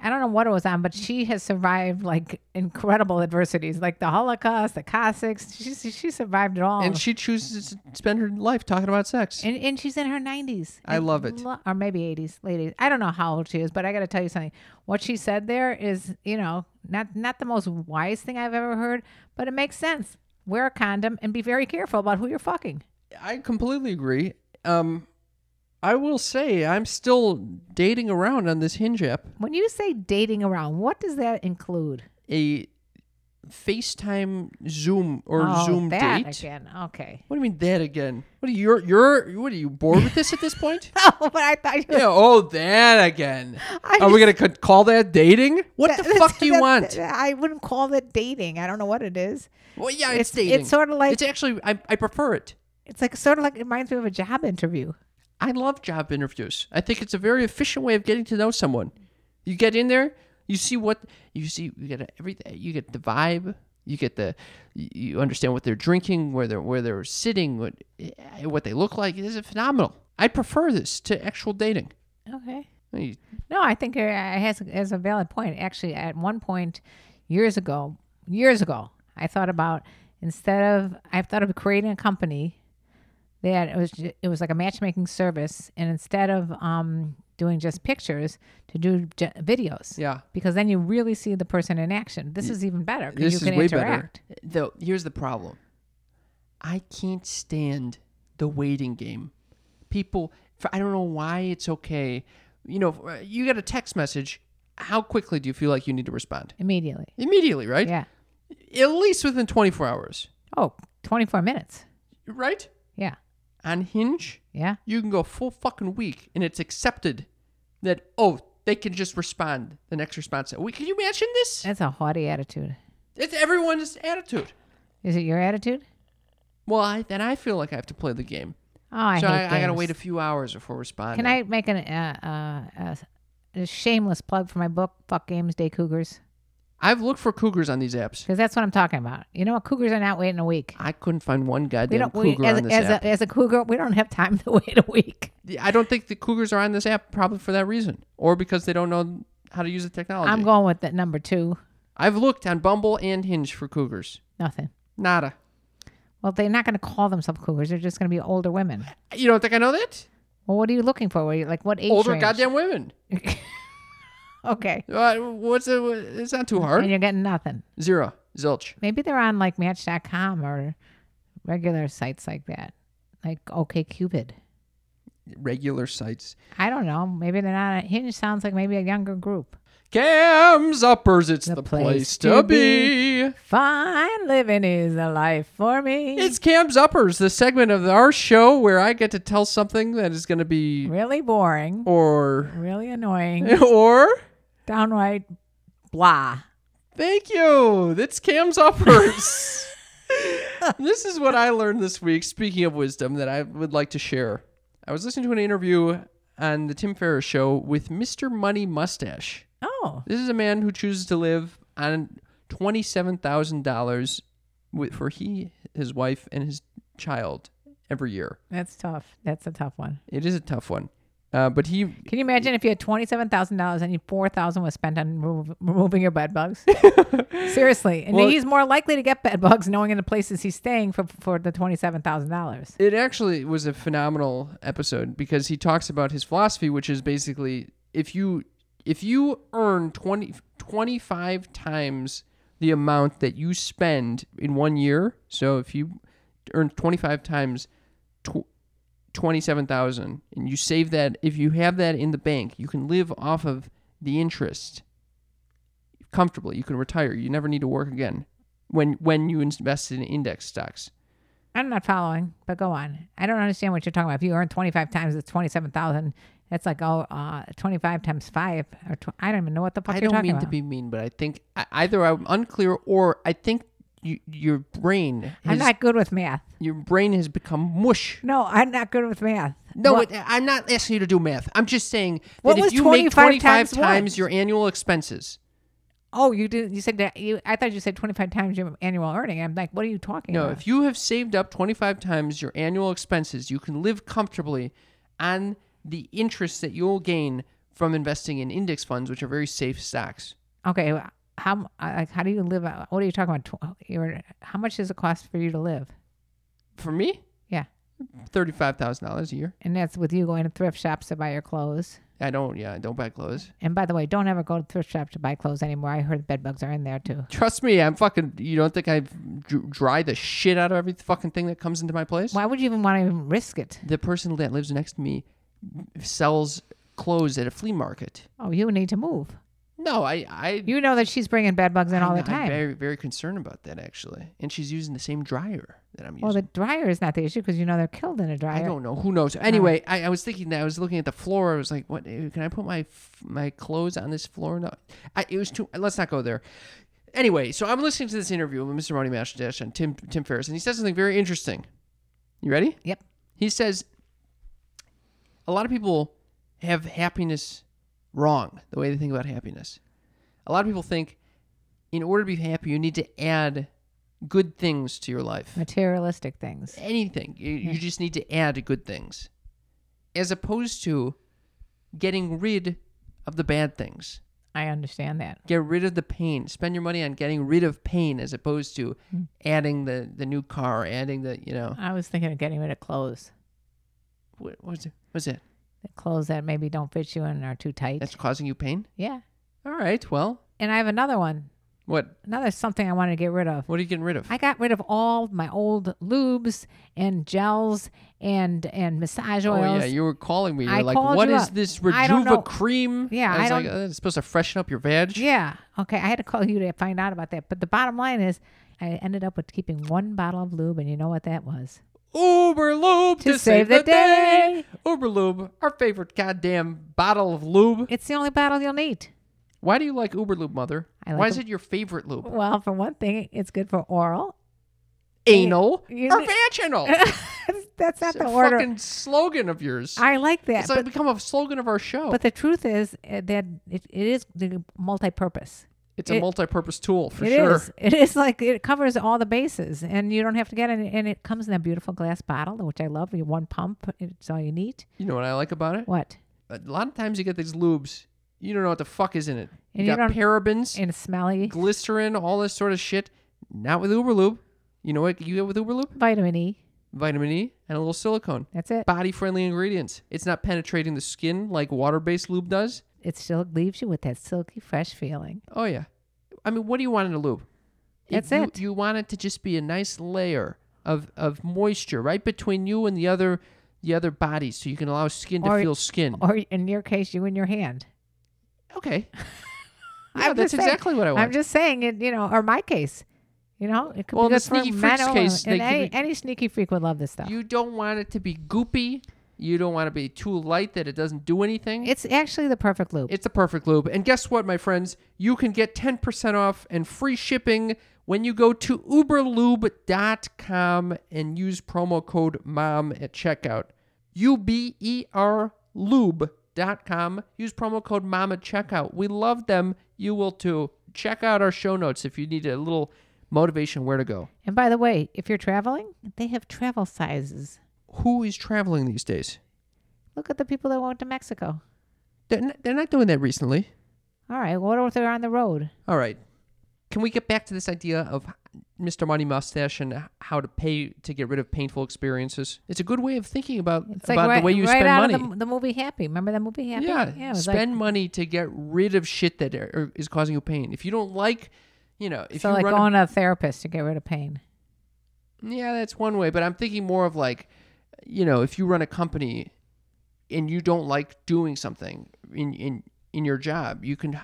S3: I don't know what it was on, but she has survived like incredible adversities, like the Holocaust, the Cossacks. She she survived it all.
S2: and she chooses to spend her life talking about sex.
S3: And, and she's in her 90s.
S2: I love it.
S3: lo- or maybe 80s, late 80s. I don't know how old she is, but I got to tell you something. What she said there is, you know, not not the most wise thing I've ever heard, but it makes sense. Wear a condom and be very careful about who you're fucking.
S2: I completely agree. Um, I will say I'm still dating around on this Hinge app.
S3: When you say dating around, what does that include?
S2: A FaceTime Zoom or
S3: oh,
S2: Zoom
S3: that
S2: date.
S3: again. Okay.
S2: What do you mean that again? What are you? You're what are you bored with this at this point?
S3: Oh, but I thought you
S2: yeah. Oh, that again.
S3: I
S2: are we gonna c- call that dating? What
S3: that-
S2: the fuck do you
S3: that-
S2: want?
S3: I wouldn't call that dating. I don't know what it is.
S2: well, yeah, it's,
S3: it's- it's
S2: dating.
S3: sorta like-
S2: it's actually I, I prefer it.
S3: It's like sort of like it reminds me of a job interview.
S2: I love job interviews. I think it's a very efficient way of getting to know someone. You get in there, you see what you see. You get everything. You get the vibe. You get the. You you understand what they're drinking, where they're where they're sitting, what eh, what they look like. This is phenomenal. I prefer this to actual dating.
S3: Okay.
S2: You-
S3: No, I think it has has a valid point. Actually, at one point years ago, years ago, I thought about instead of I thought of creating a company that it was ju- it was like a matchmaking service, and instead of um doing just pictures, to do j- videos.
S2: Yeah.
S3: Because then you really see the person in action. This is even better. 'cause
S2: This
S3: you
S2: is
S3: can
S2: way
S3: interact.
S2: better. Though here's the problem. I can't stand the waiting game. people. For, I don't know why it's okay. You know, you get a text message. How quickly do you feel like you need to respond?
S3: immediately.
S2: Immediately, right?
S3: Yeah.
S2: At least within 24 hours,
S3: Oh, 24 minutes.
S2: right?
S3: Yeah.
S2: On Hinge,
S3: Yeah.
S2: you can go full fucking week and it's accepted that, oh, they can just respond the next response. We- Can you imagine this?
S3: That's a haughty attitude.
S2: It's everyone's attitude.
S3: Is it your attitude?
S2: Well, I, then I feel like I have to play the game.
S3: Oh, I
S2: so
S3: hate
S2: I, I gotta
S3: games.
S2: wait a few hours before responding.
S3: Can I make an, uh, uh, uh, a shameless plug for my book, Fuck Games Day Cougars?
S2: I've looked for cougars on these apps.
S3: Because that's what I'm talking about. You know what? Cougars are not waiting a week.
S2: I couldn't find one
S3: We
S2: goddamn
S3: don't.
S2: cougar
S3: we, as,
S2: on this
S3: as,
S2: app.
S3: a, as a cougar, we don't have time to wait a week.
S2: I don't think the cougars are on this app probably for that reason, or because they don't know how to use the technology.
S3: I'm going with that number two.
S2: I've looked on Bumble and Hinge for cougars.
S3: Nothing.
S2: Nada.
S3: Well, they're not going to call themselves cougars. They're just going to be older women.
S2: You don't think I know that?
S3: Well, what are you looking for? What are you, like what age?
S2: Older
S3: range?
S2: goddamn women.
S3: Okay.
S2: Uh, what's it? It's not too
S3: And
S2: hard.
S3: you're getting nothing.
S2: Zero. Zilch.
S3: Maybe they're on like Match.com or regular sites like that, like OKCupid.
S2: Regular sites.
S3: I don't know. Maybe they're not. Hinge sounds like maybe a younger group.
S2: Cam's uppers. It's the, place, to be.
S3: Fine living is a life for me.
S2: It's Cam's Uppers, the segment of our show where I get to tell something that is going to be
S3: really boring,
S2: or
S3: really annoying,
S2: or
S3: downright blah.
S2: thank you. That's Cam's Uppers. this is what I learned this week. Speaking of wisdom, that I would like to share. I was listening to an interview on the Tim Ferriss show with Mr. Money Mustache.
S3: Oh,
S2: This is a man who chooses to live on twenty-seven thousand dollars for he, his wife, and his child every year.
S3: that's tough. That's a tough one.
S2: It is a tough one. Uh, but he
S3: Can you imagine if you had twenty-seven thousand dollars and you four thousand was spent on remov removing your bed bugs? Seriously, and
S2: Well-
S3: he's more likely to get bed bugs knowing in the places he's staying for for the twenty-seven thousand dollars.
S2: It actually was a phenomenal episode because he talks about his philosophy, which is basically if you if you earn 20, 25 times the amount that you spend in one year, so if you earn twenty five times tw- twenty seven thousand, and you save that, if you have that in the bank, you can live off of the interest comfortably. You can retire. You never need to work again when when you invest in index stocks.
S3: I'm not following, but go on. I don't understand what you're talking about. If you earn twenty-five times the twenty-seven thousand, that's like oh, uh, twenty-five times five, or tw- I don't even know what the fuck
S2: I
S3: you're
S2: don't
S3: talking
S2: mean to
S3: about.
S2: be mean, but I think I- either I'm unclear or I think you, your brain
S3: I'm
S2: has,
S3: not good with math.
S2: your brain has become mush.
S3: No, I'm not good with math.
S2: No,
S3: What-
S2: it, I'm not asking you to do math. I'm just saying
S3: What
S2: that if
S3: was
S2: you make
S3: 25
S2: 25 times,
S3: times what?
S2: your annual expenses.
S3: oh, you did. You said that. You, I thought you said twenty-five times your annual earning. I'm like, what are you talking
S2: No,
S3: about?
S2: if you have saved up 25 times your annual expenses, you can live comfortably on the interest that you'll gain from investing in index funds, which are very safe stocks.
S3: Okay, well, how m- uh, like how do you live? out- What are you talking about? Tw- Your how much does it cost for you to live?
S2: For me,
S3: Yeah,
S2: $35,000 a year.
S3: and that's with you going to thrift shops to buy your clothes.
S2: I don't, yeah, I don't buy clothes.
S3: And by the way, don't ever go to thrift shops to buy clothes anymore. I heard bed bugs are in there too.
S2: Trust me, I'm fucking. You don't think I dr- dry the shit out of every fucking thing that comes into my place?
S3: Why would you even want to even risk it?
S2: The person that lives next to me sells clothes at a flea market.
S3: Oh, you need to move.
S2: No, I, I,
S3: You know that she's bringing bed bugs in all the
S2: I'm
S3: time.
S2: very, very concerned about that actually. And she's using the same dryer that I'm using.
S3: well, the dryer is not the issue because you know they're killed in a
S2: I
S3: dryer.
S2: don't know. Who knows? Anyway, I, I was thinking that I was looking at the floor. I was like, "What? eh, Can I put my f- my clothes on this floor?" No, I, it was too. Let's not go there. Anyway, so I'm listening to this interview with Mr. Ronnie Masterdash and Tim Tim Ferriss, and he says something very interesting. You ready?
S3: Yep.
S2: He says a lot of people have happiness wrong the way they think about happiness. A lot of people think in order to be happy, you need to add good things to your life
S3: Materialistic things.
S2: anything. You, you just need to add good things, as opposed to getting rid of the bad things.
S3: I understand that.
S2: Get rid of the pain. Spend your money on getting rid of pain, as opposed to adding the the new car, adding the you know
S3: Hmm. I was thinking of getting rid of clothes.
S2: what was it? Was it
S3: The clothes that maybe don't fit you and are too tight.
S2: that's causing you pain?
S3: yeah.
S2: All right. Well,
S3: And I have another one.
S2: What?
S3: Another something I wanted to get rid of.
S2: What are you getting rid of?
S3: I got rid of all my old lubes and gels and and massage
S2: oh
S3: oils.
S2: yeah, you were calling me. You're
S3: I
S2: like,
S3: called
S2: what
S3: you
S2: is
S3: up.
S2: this
S3: I don't know.
S2: Rejuva cream?
S3: Yeah,
S2: I
S3: I
S2: was like,
S3: don't-
S2: uh, it's supposed to freshen up your veg.
S3: Yeah. Okay. I had to call you to find out about that. But the bottom line is, I ended up with keeping one bottle of lube, and you know what that was?
S2: Uber Lube to, save, the day. Uber Lube, our favorite goddamn bottle of lube.
S3: It's the only bottle you'll need.
S2: Why do you like Uber Lube, Mother?
S3: I like
S2: Why is
S3: them-
S2: it your favorite lube?
S3: Well, for one thing, it's good for oral.
S2: Anal
S3: you
S2: or
S3: kn-
S2: vaginal?
S3: That's not
S2: It's
S3: the
S2: a
S3: order.
S2: fucking slogan of yours.
S3: I like that.
S2: it's like
S3: but,
S2: become a slogan of our show.
S3: but the truth is uh, that it, it is the multi-purpose.
S2: it's a
S3: it-
S2: multi-purpose tool for
S3: It is.
S2: sure.
S3: It is like it covers all the bases, and you don't have to get any. And it comes in a beautiful glass bottle, which I love. You one pump. It's all you need.
S2: You know what I like about it?
S3: What?
S2: A lot of times you get these lubes, you don't know what the fuck is in it. You
S3: And you
S2: got
S3: don't-
S2: parabens,
S3: And it's smelly.
S2: glycerin, all this sort of shit. Not with Uber Lube. You know what you get with Uber Lube?
S3: Vitamin E.
S2: Vitamin E and a little silicone.
S3: That's it.
S2: Body friendly ingredients. It's not penetrating the skin like water based lube does.
S3: It still leaves you with that silky, fresh feeling.
S2: Oh yeah. I mean, what do you want in a lube?
S3: That's
S2: you,
S3: it.
S2: You want it to just be a nice layer of, of moisture right between you and the other the other body, so you can allow skin to
S3: Or-
S2: feel skin.
S3: Or in your case, you in your hand.
S2: okay.
S3: I'm
S2: yeah,
S3: just
S2: that's
S3: saying-
S2: exactly what I want.
S3: I'm just saying it, you know, or my case. You know, it could
S2: Well, in
S3: be
S2: the
S3: good for
S2: sneaky
S3: men
S2: freak's
S3: or women.
S2: case, they
S3: And any,
S2: could-
S3: any sneaky freak would love this stuff.
S2: you don't want it to be goopy. You don't want it to be too light that it doesn't do anything.
S3: it's actually the perfect loop.
S2: It's the perfect lube. And guess what, my friends? You can get 10% off and free shipping when you go to uberlube.com and use promo code MOM at checkout. U B E R lube.com. Use promo code MOM at checkout. We love them. You will too. Check out our show notes if you need a little motivation where to go.
S3: and by the way, if you're traveling, they have travel sizes.
S2: Who is traveling these days?
S3: Look at the people that went to Mexico.
S2: They're not, they're not doing that recently.
S3: All right, what if they're on the road?
S2: All right. Can we get back to this idea of Mr. Money Mustache and how to pay to get rid of painful experiences? It's a good way of thinking about
S3: It's
S2: about
S3: right,
S2: the way you
S3: right
S2: spend
S3: out
S2: money.
S3: of the, the movie Happy. Remember that movie Happy?
S2: yeah,
S3: yeah it was like-
S2: spend money to get rid of shit that are, is causing you pain. If you don't like, you know, if
S3: so
S2: you
S3: like
S2: run, a-
S3: going to a therapist to get rid of pain.
S2: yeah, that's one way. But I'm thinking more of like, you know, if you run a company and you don't like doing something in in in your job, you can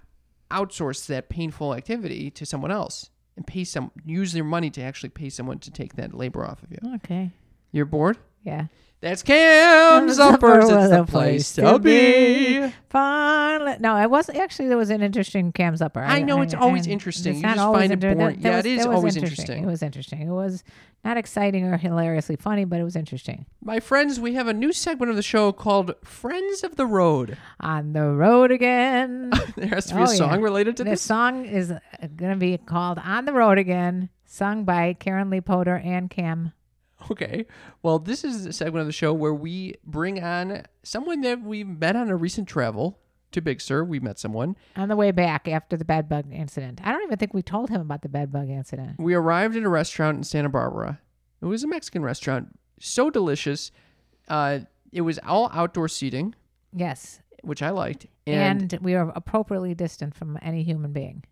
S2: outsource that painful activity to someone else and pay some use their money to actually pay someone to take that labor off of you.
S3: Okay.
S2: You're bored?
S3: Yeah.
S2: That's Cam's Uppers. It's the place to be.
S3: Fun. No, it was actually there was an interesting Cam's Upper.
S2: I know, it's always interesting. You
S3: not
S2: just
S3: always
S2: find it
S3: inter- there-
S2: boring.
S3: there
S2: Yeah,
S3: was-
S2: it is
S3: there was
S2: always interesting.
S3: It was interesting. It was not exciting or hilariously funny, but it was interesting.
S2: My friends, we have a new segment of the show called Friends of the Road.
S3: On the road again.
S2: There has to be
S3: Oh,
S2: a song
S3: yeah.
S2: related to
S3: The
S2: this.
S3: song is going to be called "On the Road Again," sung by Karen Lee Potter and Cam.
S2: Okay. Well, this is a segment of the show where we bring on someone that we met on a recent travel to Big Sur. We met someone.
S3: On the way back after the bed bug incident, I don't even think we told him about the bed bug incident.
S2: We arrived at a restaurant in Santa Barbara. It was a Mexican restaurant. So delicious. Uh, it was all outdoor seating,
S3: Yes,
S2: which I liked. And,
S3: and, we are appropriately distant from any human being.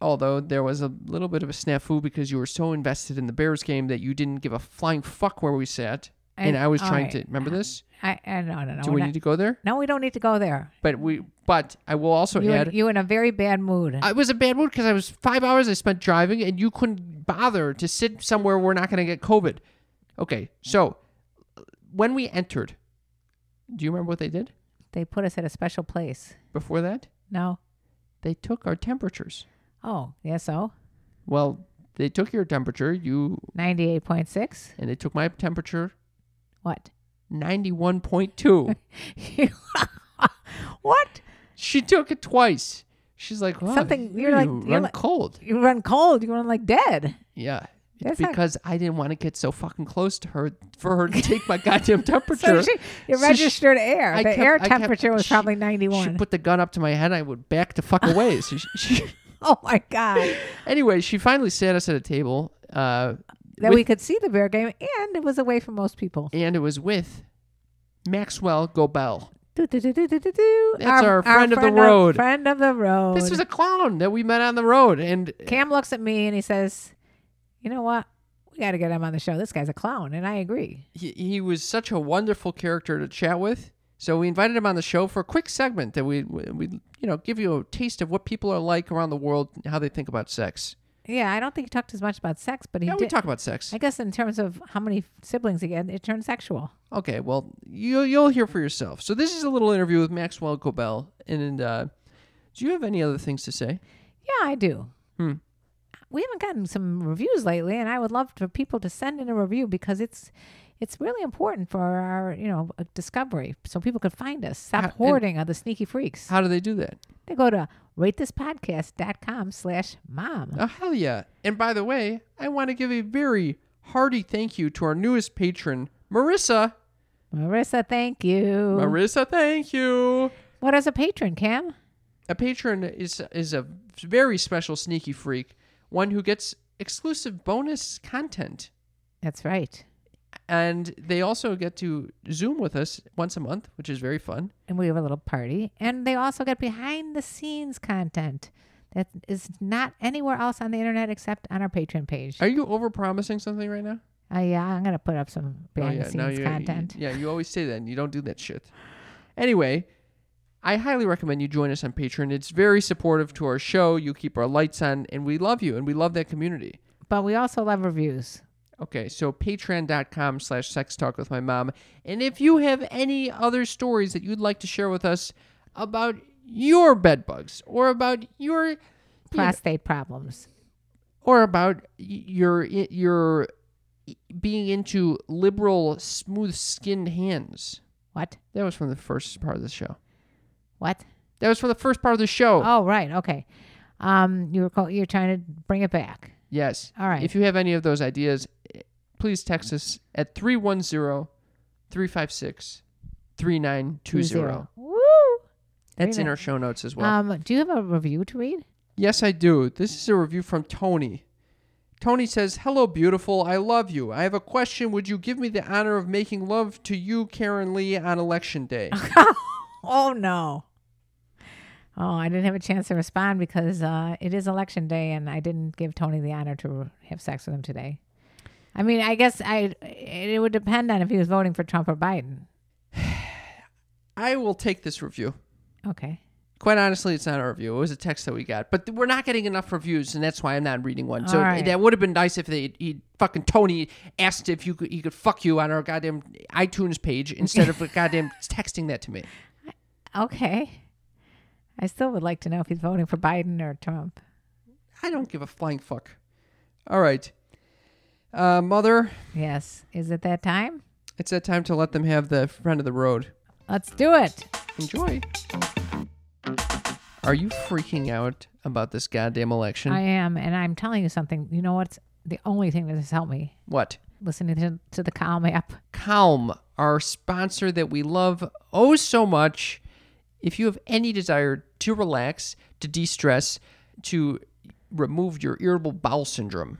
S2: although there was a little bit of a snafu because you were so invested in the Bears game that you didn't give a flying fuck where we sat. And,
S3: And-
S2: I was
S3: all
S2: trying
S3: right.
S2: to remember this.
S3: I, I no no no.
S2: Do
S3: we're
S2: we
S3: not-
S2: need to go there?
S3: No, we don't need to go there.
S2: But we. But I will also
S3: You
S2: add.
S3: in, you in a very bad mood.
S2: I was a bad mood because I was five hours I spent driving, and you couldn't bother to sit somewhere we're not going to get COVID. Okay, so when we entered, do you remember what they did
S3: they put us at a special place.
S2: before that?
S3: No.
S2: They took our temperatures.
S3: Oh yeah. So
S2: Well, they took your temperature, you,
S3: ninety eight point six.
S2: and they took my temperature,
S3: What?
S2: ninety-one point two.
S3: what?
S2: she took it twice. She's like, wow,
S3: Something-
S2: you
S3: you're like-
S2: run
S3: you're like-
S2: cold.
S3: You run cold. You run like dead.
S2: Yeah. It's
S3: That's not-
S2: because I didn't want to get so fucking close to her for her to take my goddamn temperature.
S3: So she,
S2: So
S3: it
S2: she-
S3: registered air.
S2: I
S3: the
S2: kept-
S3: air
S2: I kept-
S3: temperature was
S2: she-
S3: probably ninety
S2: She
S3: one.
S2: put the gun up to my head. I would back the fuck away. so she, she,
S3: oh my god.
S2: anyway, she finally sat us at a table, uh,
S3: that
S2: With-
S3: we could see the bear game, and it was away from most people.
S2: and it was with Maxwell Gobel.
S3: Do, do, do, do, do, do, do.
S2: That's our friend of the road.
S3: friend of the road.
S2: This was a clown that we met on the road, and
S3: Cam looks at me and he says, "You know what? We got to get him on the show. This guy's a clown," and I agree.
S2: he, he was such a wonderful character to chat with. So we invited him on the show for a quick segment that we we you know give you a taste of what people are like around the world, and how they think about sex.
S3: Yeah, I don't think he talked as much about sex, but he
S2: Yeah,
S3: did.
S2: we talk about sex.
S3: I guess in terms of how many siblings he had, it turned sexual.
S2: Okay, well, you, you'll hear for yourself. So this is a little interview with Maxwell Cobell. And uh, do you have any other things to say?
S3: Yeah, I do.
S2: Hmm.
S3: We haven't gotten some reviews lately, and I would love for people to send in a review because it's it's really important for our you know uh, discovery, so people can find us. Stop
S2: How- and-
S3: hoarding of the sneaky freaks.
S2: How do they do that?
S3: they go to ratethispodcast.com slash mom.
S2: Oh, hell yeah. And by the way, I want to give a very hearty thank you to our newest patron, Marissa.
S3: Marissa, thank you.
S2: Marissa, thank you.
S3: what is a patron, Cam?
S2: A patron is is a very special sneaky freak, one who gets exclusive bonus content.
S3: That's right.
S2: And they also get to Zoom with us once a month, which is very fun.
S3: and we have a little party. And they also get behind the scenes content that is not anywhere else on the internet except on our Patreon page.
S2: Are you overpromising something right now?
S3: Uh, yeah, I'm gonna put up some
S2: Oh,
S3: behind
S2: yeah,
S3: the
S2: no,
S3: scenes
S2: you- you-
S3: content.
S2: yeah, you always say that, and you don't do that shit. Anyway, I highly recommend you join us on Patreon. It's very supportive to our show. You keep our lights on, and we love you, and we love that community.
S3: But we also love reviews.
S2: Okay, so patreon.com slash sex talk with my mom. And if you have any other stories that you'd like to share with us about your bed bugs or about your
S3: Prostate problems.
S2: or about y- your your being into liberal smooth skinned hands.
S3: What?
S2: That was from the first part of the show.
S3: What?
S2: That was from the first part of the show.
S3: Oh, right. Okay. Um, you were call- you're trying to bring it back.
S2: Yes.
S3: All right.
S2: If you have any of those ideas, eh, please text us at 310 356 3920.
S3: Woo!
S2: That's in
S3: Three
S2: our show notes as well.
S3: Um, do you have a review to read?
S2: yes, I do. This is a review from Tony. Tony says, Hello, beautiful. I love you. I have a question. Would you give me the honor of making love to you, Karen Lee, on election day?
S3: Oh no. Oh, I didn't have a chance to respond because uh, it is election day, and I didn't give Tony the honor to have sex with him today. I mean, I guess I it would depend on if he was voting for Trump or Biden.
S2: I will take this review.
S3: Okay.
S2: Quite honestly, it's not a review. It was a text that we got, but th- we're not getting enough reviews, and that's why I'm not reading one. So
S3: All right.
S2: that would have been nice if they he fucking Tony asked if you could he could fuck you on our goddamn iTunes page instead of goddamn texting that to me.
S3: Okay. I still would like to know if he's voting for Biden or Trump.
S2: I don't give a flying fuck. All right, uh, mother,
S3: Yes. Is it that time?
S2: it's that time to let them have the friend of the road.
S3: Let's do it.
S2: Enjoy. Are you freaking out about this goddamn election?
S3: I am, and I'm telling you something. You know what's the only thing that has helped me?
S2: what?
S3: Listening to, to the Calm app.
S2: Calm, our sponsor that we love oh so much. If you have any desire to relax, to de stress, to remove your irritable bowel syndrome,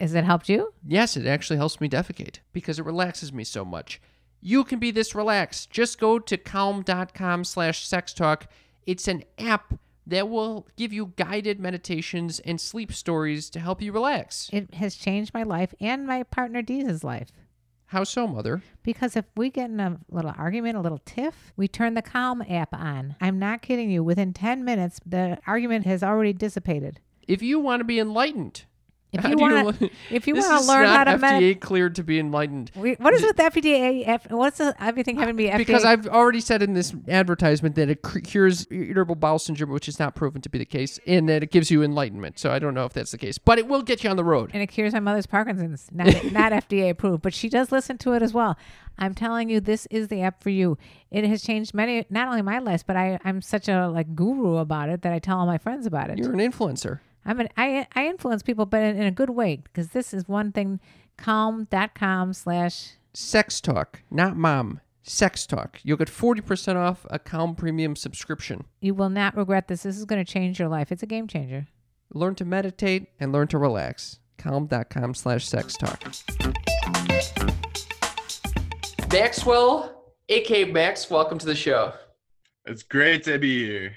S3: Has it helped you?
S2: yes, it actually helps me defecate because it relaxes me so much. You can be this relaxed. Just go to calm.com slash sex talk. It's an app that will give you guided meditations and sleep stories to help you relax.
S3: it has changed my life and my partner Deez's life.
S2: How so, mother?
S3: Because if we get in a little argument, a little tiff, we turn the Calm app on. I'm not kidding you. Within 10 minutes, the argument has already dissipated.
S2: If you want to be enlightened,
S3: If
S2: How
S3: you
S2: do
S3: want
S2: le-
S3: to, if you
S2: This
S3: want
S2: is
S3: to learn how
S2: not
S3: to
S2: FDA
S3: med-
S2: cleared to be enlightened.
S3: we, what is with FDA? F- what's the, everything having to be FDA?
S2: Because I've already said in this advertisement that it cr- cures irritable bowel syndrome, which is not proven to be the case, and that it gives you enlightenment. So I don't know if that's the case, but it will get you on the road.
S3: and it cures my mother's Parkinson's. Not not FDA approved, but she does listen to it as well. I'm telling you, this is the app for you. It has changed many, not only my life, but I I'm such a like guru about it that I tell all my friends about it.
S2: You're an influencer.
S3: I'm an, I, I influence people, but in, in a good way, because this is one thing calm.com slash.
S2: Sex talk, not mom. Sex talk. You'll get 40% off a Calm Premium subscription.
S3: You will not regret this. This is going to change your life. It's a game changer.
S2: Learn to meditate and learn to relax. Calm.com slash sex talk. Maxwell, aka Max, welcome to the show.
S7: It's great to be here.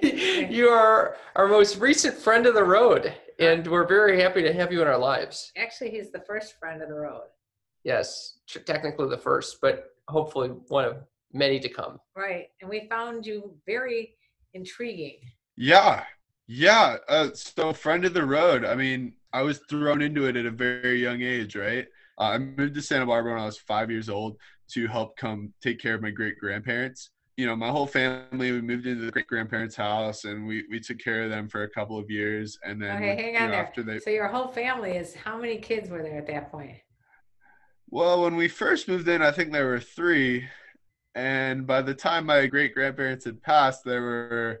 S2: you are our most recent friend of the road, and we're very happy to have you in our lives.
S3: Actually, he's the first friend of the road.
S2: Yes, tr- technically the first, but hopefully one of many to come.
S3: Right. And we found you very intriguing.
S7: Yeah. Yeah. Uh, so, friend of the road. I mean, I was thrown into it at a very young age, right? Uh, I moved to Santa Barbara when I was five years old to help come take care of my great grandparents. You know, my whole family, we moved into the great grandparents' house and we, we took care of them for a couple of years. And then
S3: Okay,
S7: we-
S3: hang
S7: you
S3: on
S7: know,
S3: there.
S7: after they,
S3: So your whole family is how many kids were there at that point?
S7: Well, when we first moved in, I think there were three. And by the time my great grandparents had passed, there were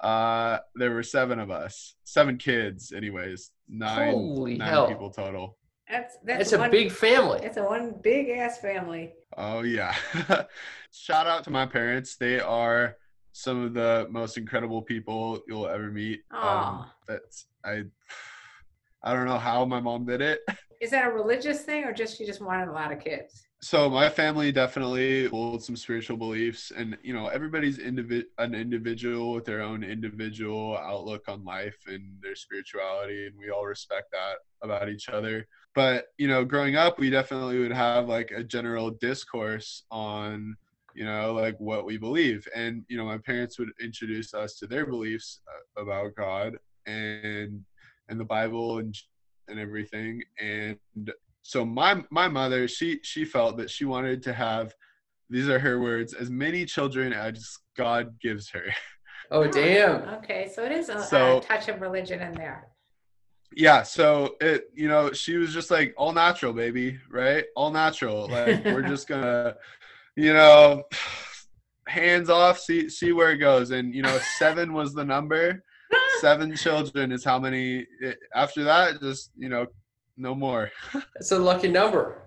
S7: uh there were seven of us. Seven kids anyways. Nine
S2: Holy
S7: nine
S2: hell.
S7: people total.
S3: That's that's
S2: It's a
S3: one-
S2: big family.
S3: It's a one big ass family.
S7: Oh yeah. Shout out to my parents. They are some of the most incredible people you'll ever meet. Um
S3: Aw.
S7: that's I I don't know how my mom did it.
S3: Is that a religious thing or just you just wanted a lot of kids?
S7: so my family definitely holds some spiritual beliefs and you know everybody's indivi- an individual with their own individual outlook on life and their spirituality and we all respect that about each other but you know growing up we definitely would have like a general discourse on you know like what we believe and you know my parents would introduce us to their beliefs uh, about god and and the bible and and everything and so my my mother she she felt that she wanted to have these are her words as many children as god gives her
S2: Oh, damn.
S3: Okay, so it is a,
S7: So-
S3: a touch of religion in there.
S7: yeah so it you know she was just like all natural baby right all natural like we're just gonna you know hands off see see where it goes and you know seven was the number seven children is how many it, after that just you know no more
S2: That's a lucky number.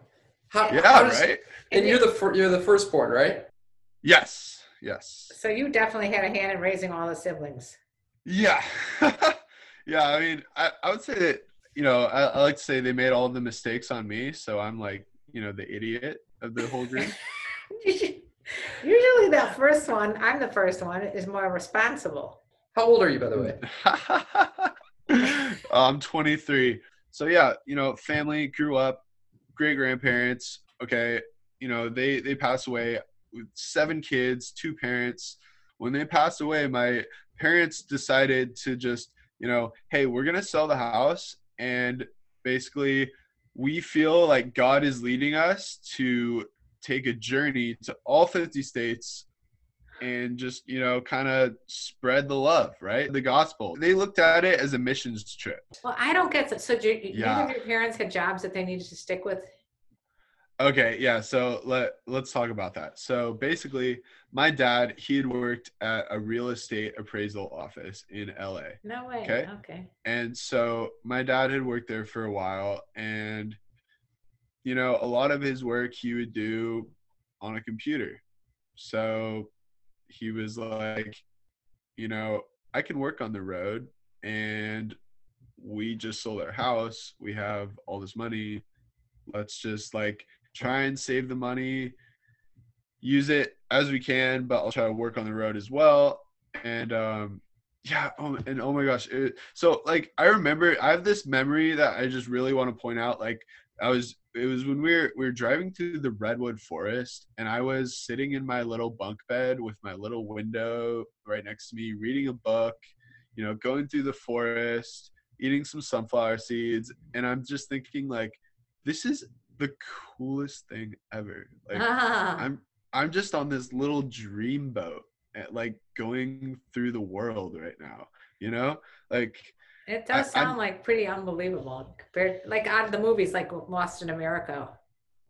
S2: How,
S7: yeah
S2: how does-
S7: right
S2: And you're the fir- you're the firstborn, right?
S7: yes yes
S3: So you definitely had a hand in raising all the siblings.
S7: Yeah. yeah, I mean, I, I would say that, you know, I, I like to say they made all the mistakes on me, so I'm like, you know, the idiot of the whole group.
S3: Usually that first one, I'm the first one, is more responsible.
S2: How old are you, by the way?
S7: I'm 23. So yeah, you know, family grew up, great grandparents. Okay, you know, they they passed away with seven kids, two parents. When they passed away, my parents decided to just, you know, hey, we're gonna sell the house, and basically, we feel like God is leading us to take a journey to all 50 states and just you know kind of spread the love right the gospel they looked at it as a missions trip
S3: Well, I don't get that. So do you,
S7: Yeah.
S3: neither of your parents had jobs that they needed to stick with?
S7: okay yeah so let let's talk about that so basically my dad he had worked at a real estate appraisal office in la
S3: No way.
S7: Okay.
S3: okay.
S7: and so my dad had worked there for a while and you know a lot of his work he would do on a computer so he was like you know i can work on the road and we just sold our house we have all this money let's just like try and save the money use it as we can but i'll try to work on the road as well and um yeah oh, and oh my gosh it, so like i remember i have this memory that i just really want to point out like i was it was when we were we were driving through the redwood forest and i was sitting in my little bunk bed with my little window right next to me reading a book you know going through the forest eating some sunflower seeds and i'm just thinking like this is the coolest thing ever like
S3: ah,
S7: I'm I'm just on this little dream boat at like going through the world right now. You know? Like
S3: it
S7: I-
S3: does sound
S7: I'm-
S3: like pretty unbelievable compared, like out of the movies, like Lost in America.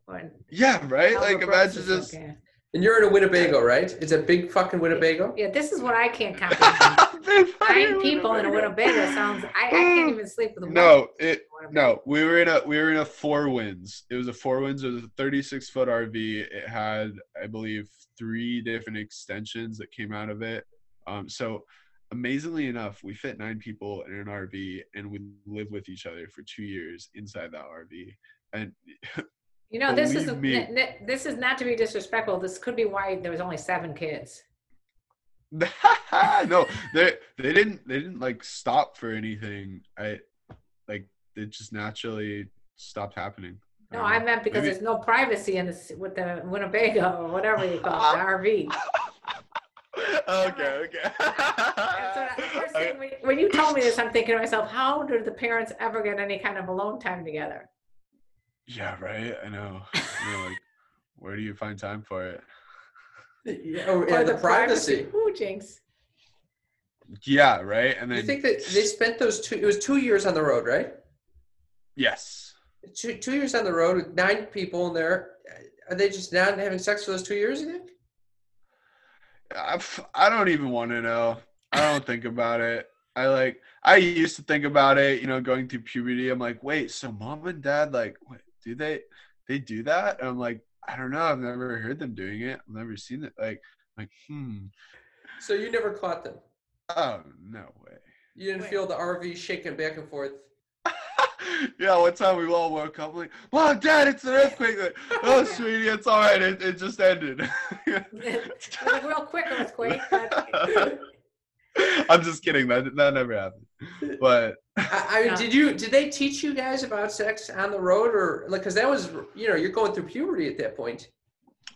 S3: When
S7: yeah, right?
S3: Albert
S7: Like
S3: Brooks
S7: imagine
S3: was
S7: just
S3: looking.
S2: And you're in a Winnebago, right? It's a big fucking Winnebago.
S3: Yeah, this is what I can't comprehend.
S7: They fucking
S3: Nine people in a Winnebago sounds. I, I can't even sleep with a
S7: No, it
S3: woman.
S7: no, we were in a we were in a four winds. It was a four winds, it was a thirty six foot RV. It had, I believe, three different extensions that came out of it. Um so amazingly enough, we fit nine people in an RV and we lived with each other for two years inside that RV. And
S3: You know, this
S7: Believe
S3: is
S7: me.
S3: n- n- this is not to be disrespectful. This could be why there was only seven kids.
S7: no, they they didn't they didn't like stop for anything. I like it just naturally stopped happening.
S3: No,
S7: I
S3: I
S7: don't know.
S3: meant because
S7: Mm-hmm. Maybe-
S3: there's no privacy in this with the Winnebago or whatever you call it, the RV.
S7: okay, okay.
S3: And so the first thing, when, when you told me this, I'm thinking to myself, how do the parents ever get any kind of alone time together?
S7: yeah, right. I know. You know, like, where do you find time for it?
S2: Yeah, or, yeah, the privacy.
S3: Ooh, jinx.
S7: Yeah, right. And then
S2: You think that they spent those two? It was two years on the road, right?
S7: yes,
S2: Two two years on the road with nine people in there. Are they just not having sex for those two years? You think?
S7: I, I don't even want to know. I don't think about it. I like I used to think about it, you know, going through puberty. I'm like, wait, so mom and dad like, wait, do they they do that? And I'm like, I don't know. I've never heard them doing it. I've never seen it. Like, like, hmm.
S2: So you never caught them.
S7: Oh no way.
S2: You didn't feel the RV shaking back and forth.
S7: yeah, one time we all woke up like, mom, dad, it's an earthquake. Like, oh, sweetie, it's all right. It, it just ended.
S3: It was a real quick earthquake, but
S7: I'm just kidding. That that never happened. But
S2: I, I
S3: Yeah.
S2: did you did they teach you guys about sex on the road or like because that was you know you're going through puberty at that point.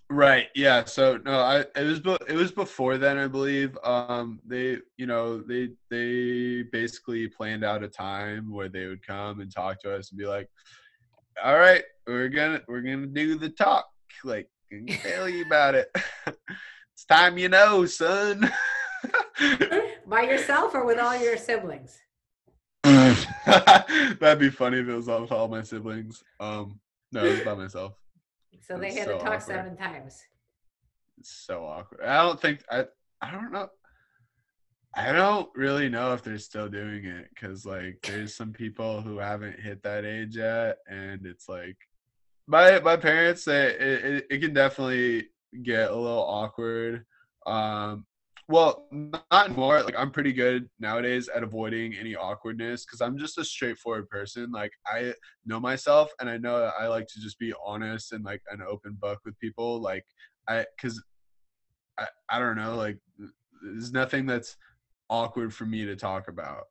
S7: Right. Yeah. So no, I it was be, it was before then, I believe. Um, they you know they they basically planned out a time where they would come and talk to us and be like, "All right, we're gonna we're gonna do the talk. Like, and tell you about it. it's time you know, son."
S3: by yourself or with all your siblings?
S7: That'd be funny if it was all with all my siblings. Um, no, it was by myself.
S3: So they
S7: That's
S3: had to
S7: so
S3: talk
S7: awkward.
S3: seven times.
S7: It's so awkward. I don't think I I don't know. I don't really know if they're still doing it because like there's some people who haven't hit that age yet, and it's like my my parents say it, it, it can definitely get a little awkward. Um, well, not more. Like I'm pretty good nowadays at avoiding any awkwardness because I'm just a straightforward person. Like I know myself, and I know that I like to just be honest and like an open book with people. Like I because I I don't know like th- there's nothing that's awkward for me to talk about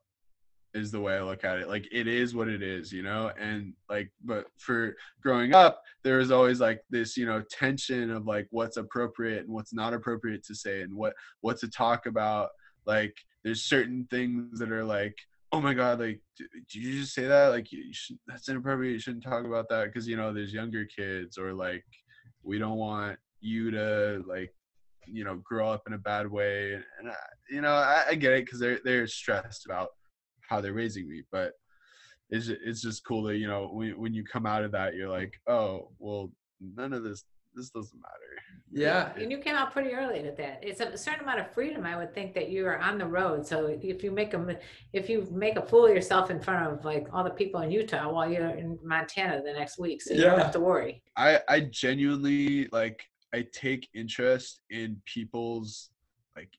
S7: is the way I look at it. Like it is what it is, you know? And like but for growing up, there was always like this, you know, tension of like what's appropriate and what's not appropriate to say and what what to talk about. Like there's certain things that are like Oh my God! Like, d- did you just say that? Like, you you should, that's inappropriate. You shouldn't talk about that because you know there's younger kids, or like, we don't want you to like you know grow up in a bad way and I, you know I, I get it because they're they're stressed about how they're raising me but it's ju- it's just cool that you know when, when you come out of that you're like oh well none of this this doesn't matter
S2: Yeah.
S3: And you came out pretty early with that. It's a certain amount of freedom, I would think, that you are on the road. So if you make a, if you make a fool of yourself in front of like all the people in Utah while you're in Montana the next week, so you don't
S2: Yeah.
S3: have to worry.
S7: I I genuinely like I take interest in people's like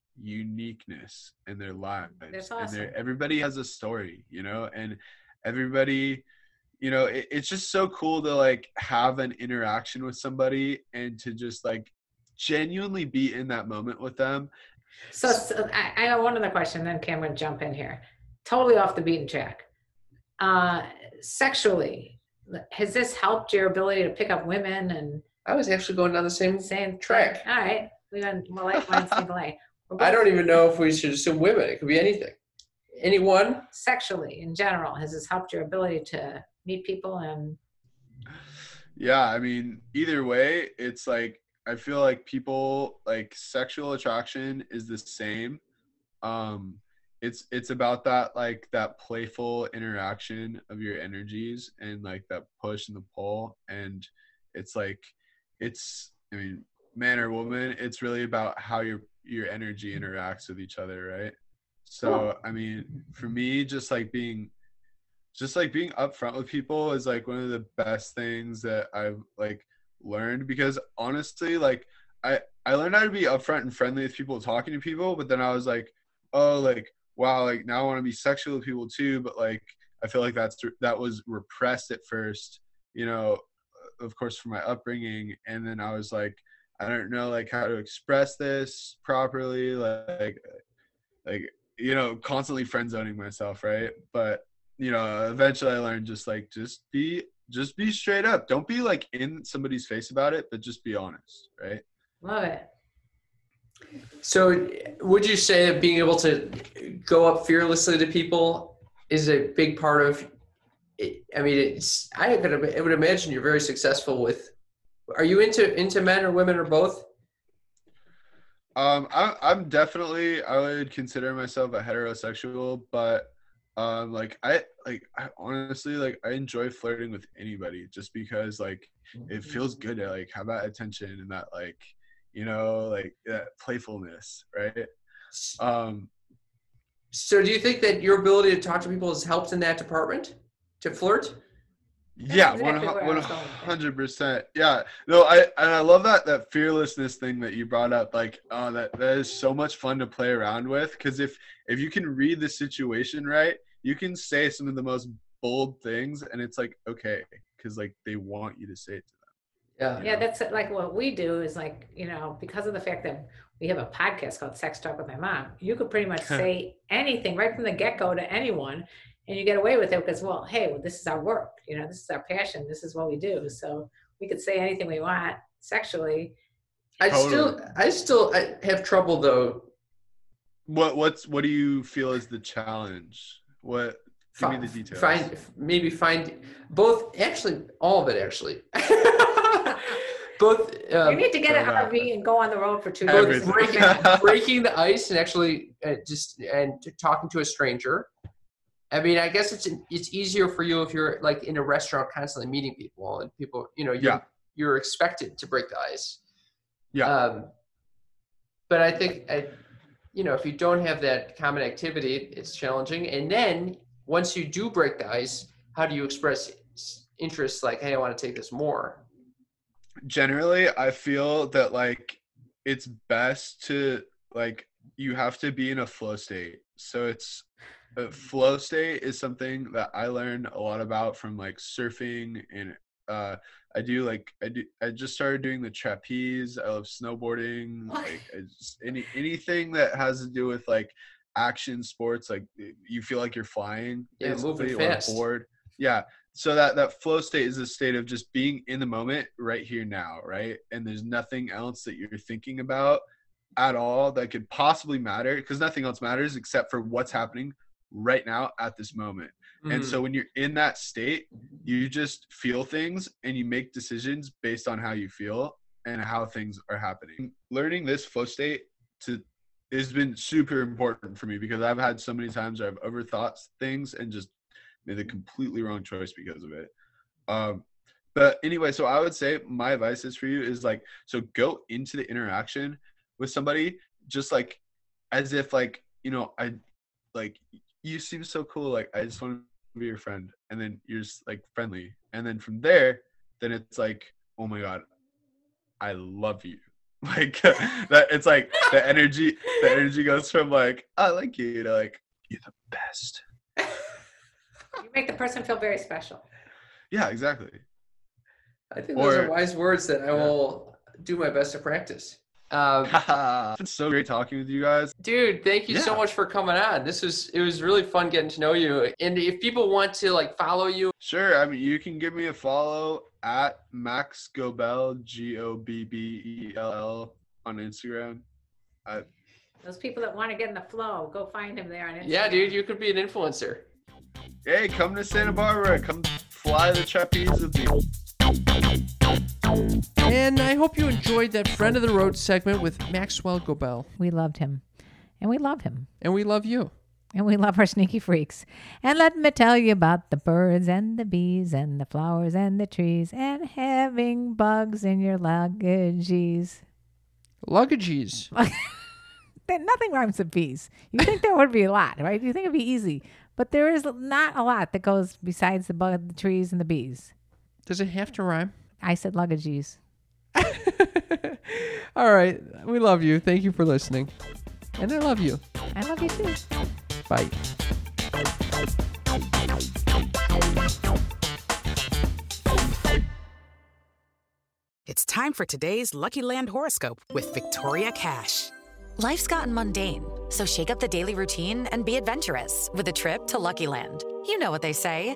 S7: uniqueness and their lives. And
S3: That's
S7: their-
S3: awesome.
S7: everybody has a story, you know, and everybody, you know, it, it's just so cool to like have an interaction with somebody and to just like genuinely be in that moment with them.
S3: So, so I, I have one other question, then Cameron jump in here. Totally off the beaten track. Uh, sexually, has this helped your ability to pick up women and
S2: I was actually going down the same.
S3: saying
S2: Track.
S3: All right, we don't we're like Weinstein delay.
S2: I don't even know if we should assume women. It could be anything. Anyone.
S3: Sexually, in general, has this helped your ability to meet people and
S7: Yeah, I mean, either way, it's like I feel like people like sexual attraction is the same. Um it's it's about that like that playful interaction of your energies and like that push and the pull and it's like it's I mean, man or woman, it's really about how your your energy interacts with each other, right? So, I mean, for me just like being just like being upfront with people is like one of the best things that I've like learned because honestly, like I I learned how to be upfront and friendly with people, talking to people, but then I was like, oh, like wow, like now I want to be sexual with people too, but like I feel like that's that was repressed at first, you know, of course from my upbringing, and then I was like, I don't know like how to express this properly. Like, like you know, constantly friend zoning myself, right? But you know, eventually I learned just like just be just be straight up. Don't be like in somebody's face about it, but just be honest, right?
S2: Love it. So, would you say that being able to go up fearlessly to people is a big part of? I mean, it's. I could. I would imagine you're very successful with. Are you into into men or women or both?
S7: Um, I, I'm definitely I would consider myself a heterosexual, but um, like I like I honestly like I enjoy flirting with anybody just because like it
S2: Mm-hmm.
S7: feels good to like have that attention and that like you know like that playfulness, right? Um,
S2: So, do you think that your ability to talk to people has helped in that department to flirt?
S7: yeah,
S2: exactly where I
S7: one
S2: was going with that.
S7: hundred percent. Yeah, no, I and I love that that fearlessness thing that you brought up. Like, uh, that that is so much fun to play around with because if if you can read the situation right, you can say some of the most bold things, and it's like okay, because like they want you to say it to them.
S2: Yeah.
S3: Yeah, that's it. like what we do is like, you know, because of the fact that we have a podcast called Sex Talk with My Mom, you could pretty much say anything right from the get go to anyone and you get away with it because, well, hey, well, this is our work, you know, this is our passion, this is what we do. So we could say anything we want sexually.
S2: I
S7: Totally.
S2: still, I still, I have trouble though.
S7: What what's what do you feel is the challenge? What give me the
S2: Fi-
S7: details.
S2: Find maybe find both. Actually, all of it. Actually, both.
S3: You
S2: Um,
S3: need to get an
S7: fair enough.
S3: RV and go on the road for two
S2: both
S3: years.
S7: Everything.
S2: breaking, breaking the ice and actually uh, just and t- talking to a stranger. I mean, I guess it's it's easier for you if you're like in a restaurant constantly meeting people and people, you know, you're,
S7: Yeah.
S2: you're expected to break the ice.
S7: Yeah.
S2: Um, but I think, I, you know, if you don't have that common activity, it's challenging. And then once you do break the ice, how do you express s- interest? Like, hey, I want to take this more.
S7: generally i feel that like it's best to like you have to be in a flow state so it's a flow state is something that i learned a lot about from like surfing and uh i do like i do i just started doing the trapeze i love snowboarding like I just, any anything that has to do with like action sports like you feel like you're flying
S2: Yeah, moving
S7: basically, or
S2: fast.
S7: a board yeah so that that flow state is a state of just being in the moment right here now right and there's nothing else that you're thinking about at all that could possibly matter because nothing else matters except for what's happening right now at this moment
S2: Mm.
S7: and so when you're in that state you just feel things and you make decisions based on how you feel and how things are happening learning this flow state to has been super important for me because i've had so many times where i've overthought things and just made the completely wrong choice because of it. Um, but anyway, so I would say my advice is for you is like, so go into the interaction with somebody just like as if like, you know, I like you seem so cool. Like I just want to be your friend. And then you're just like friendly. And then from there, then it's like, oh my God, I love you. Like that it's like the energy the energy goes from like, I like you to like, you're the best.
S3: You make the person feel very special.
S7: Yeah, exactly.
S2: I think those are
S7: Or-
S2: wise words that I
S7: Yeah.
S2: will do my best to practice. Um,
S7: it's been so great talking with you guys.
S2: dude, thank you so
S7: Yeah.
S2: much for coming on. This was it was really fun getting to know you. And if people want to like follow you,
S7: Sure, I mean you can give me a follow at Max Gobel G O B B E L L on Instagram.
S3: Those people that want to get in the flow, go find him there on Instagram.
S2: yeah, dude, you could be an influencer.
S7: Hey, come to Santa Barbara. Come fly the trapeze with me.
S8: And I hope you enjoyed that friend of the road segment with Maxwell Gobel.
S3: We loved him. And we love him.
S8: And we love you.
S3: And we love our sneaky freaks. And let me tell you about the birds and the bees and the flowers and the trees and having bugs in your luggages.
S8: Luggages.
S3: There, nothing rhymes with bees. You think there would be a lot, right? You think it'd be easy, but there is not a lot that goes besides the bug, the trees, and the bees.
S8: Does it have to rhyme?
S3: I said luggages.
S8: All right. We love you. Thank you for listening. And I love you.
S3: I love you too.
S8: Bye.
S4: It's time for today's Lucky Land horoscope with Victoria Cash.
S9: Life's gotten mundane, so shake up the daily routine and be adventurous with a trip to Lucky Land. You know what they say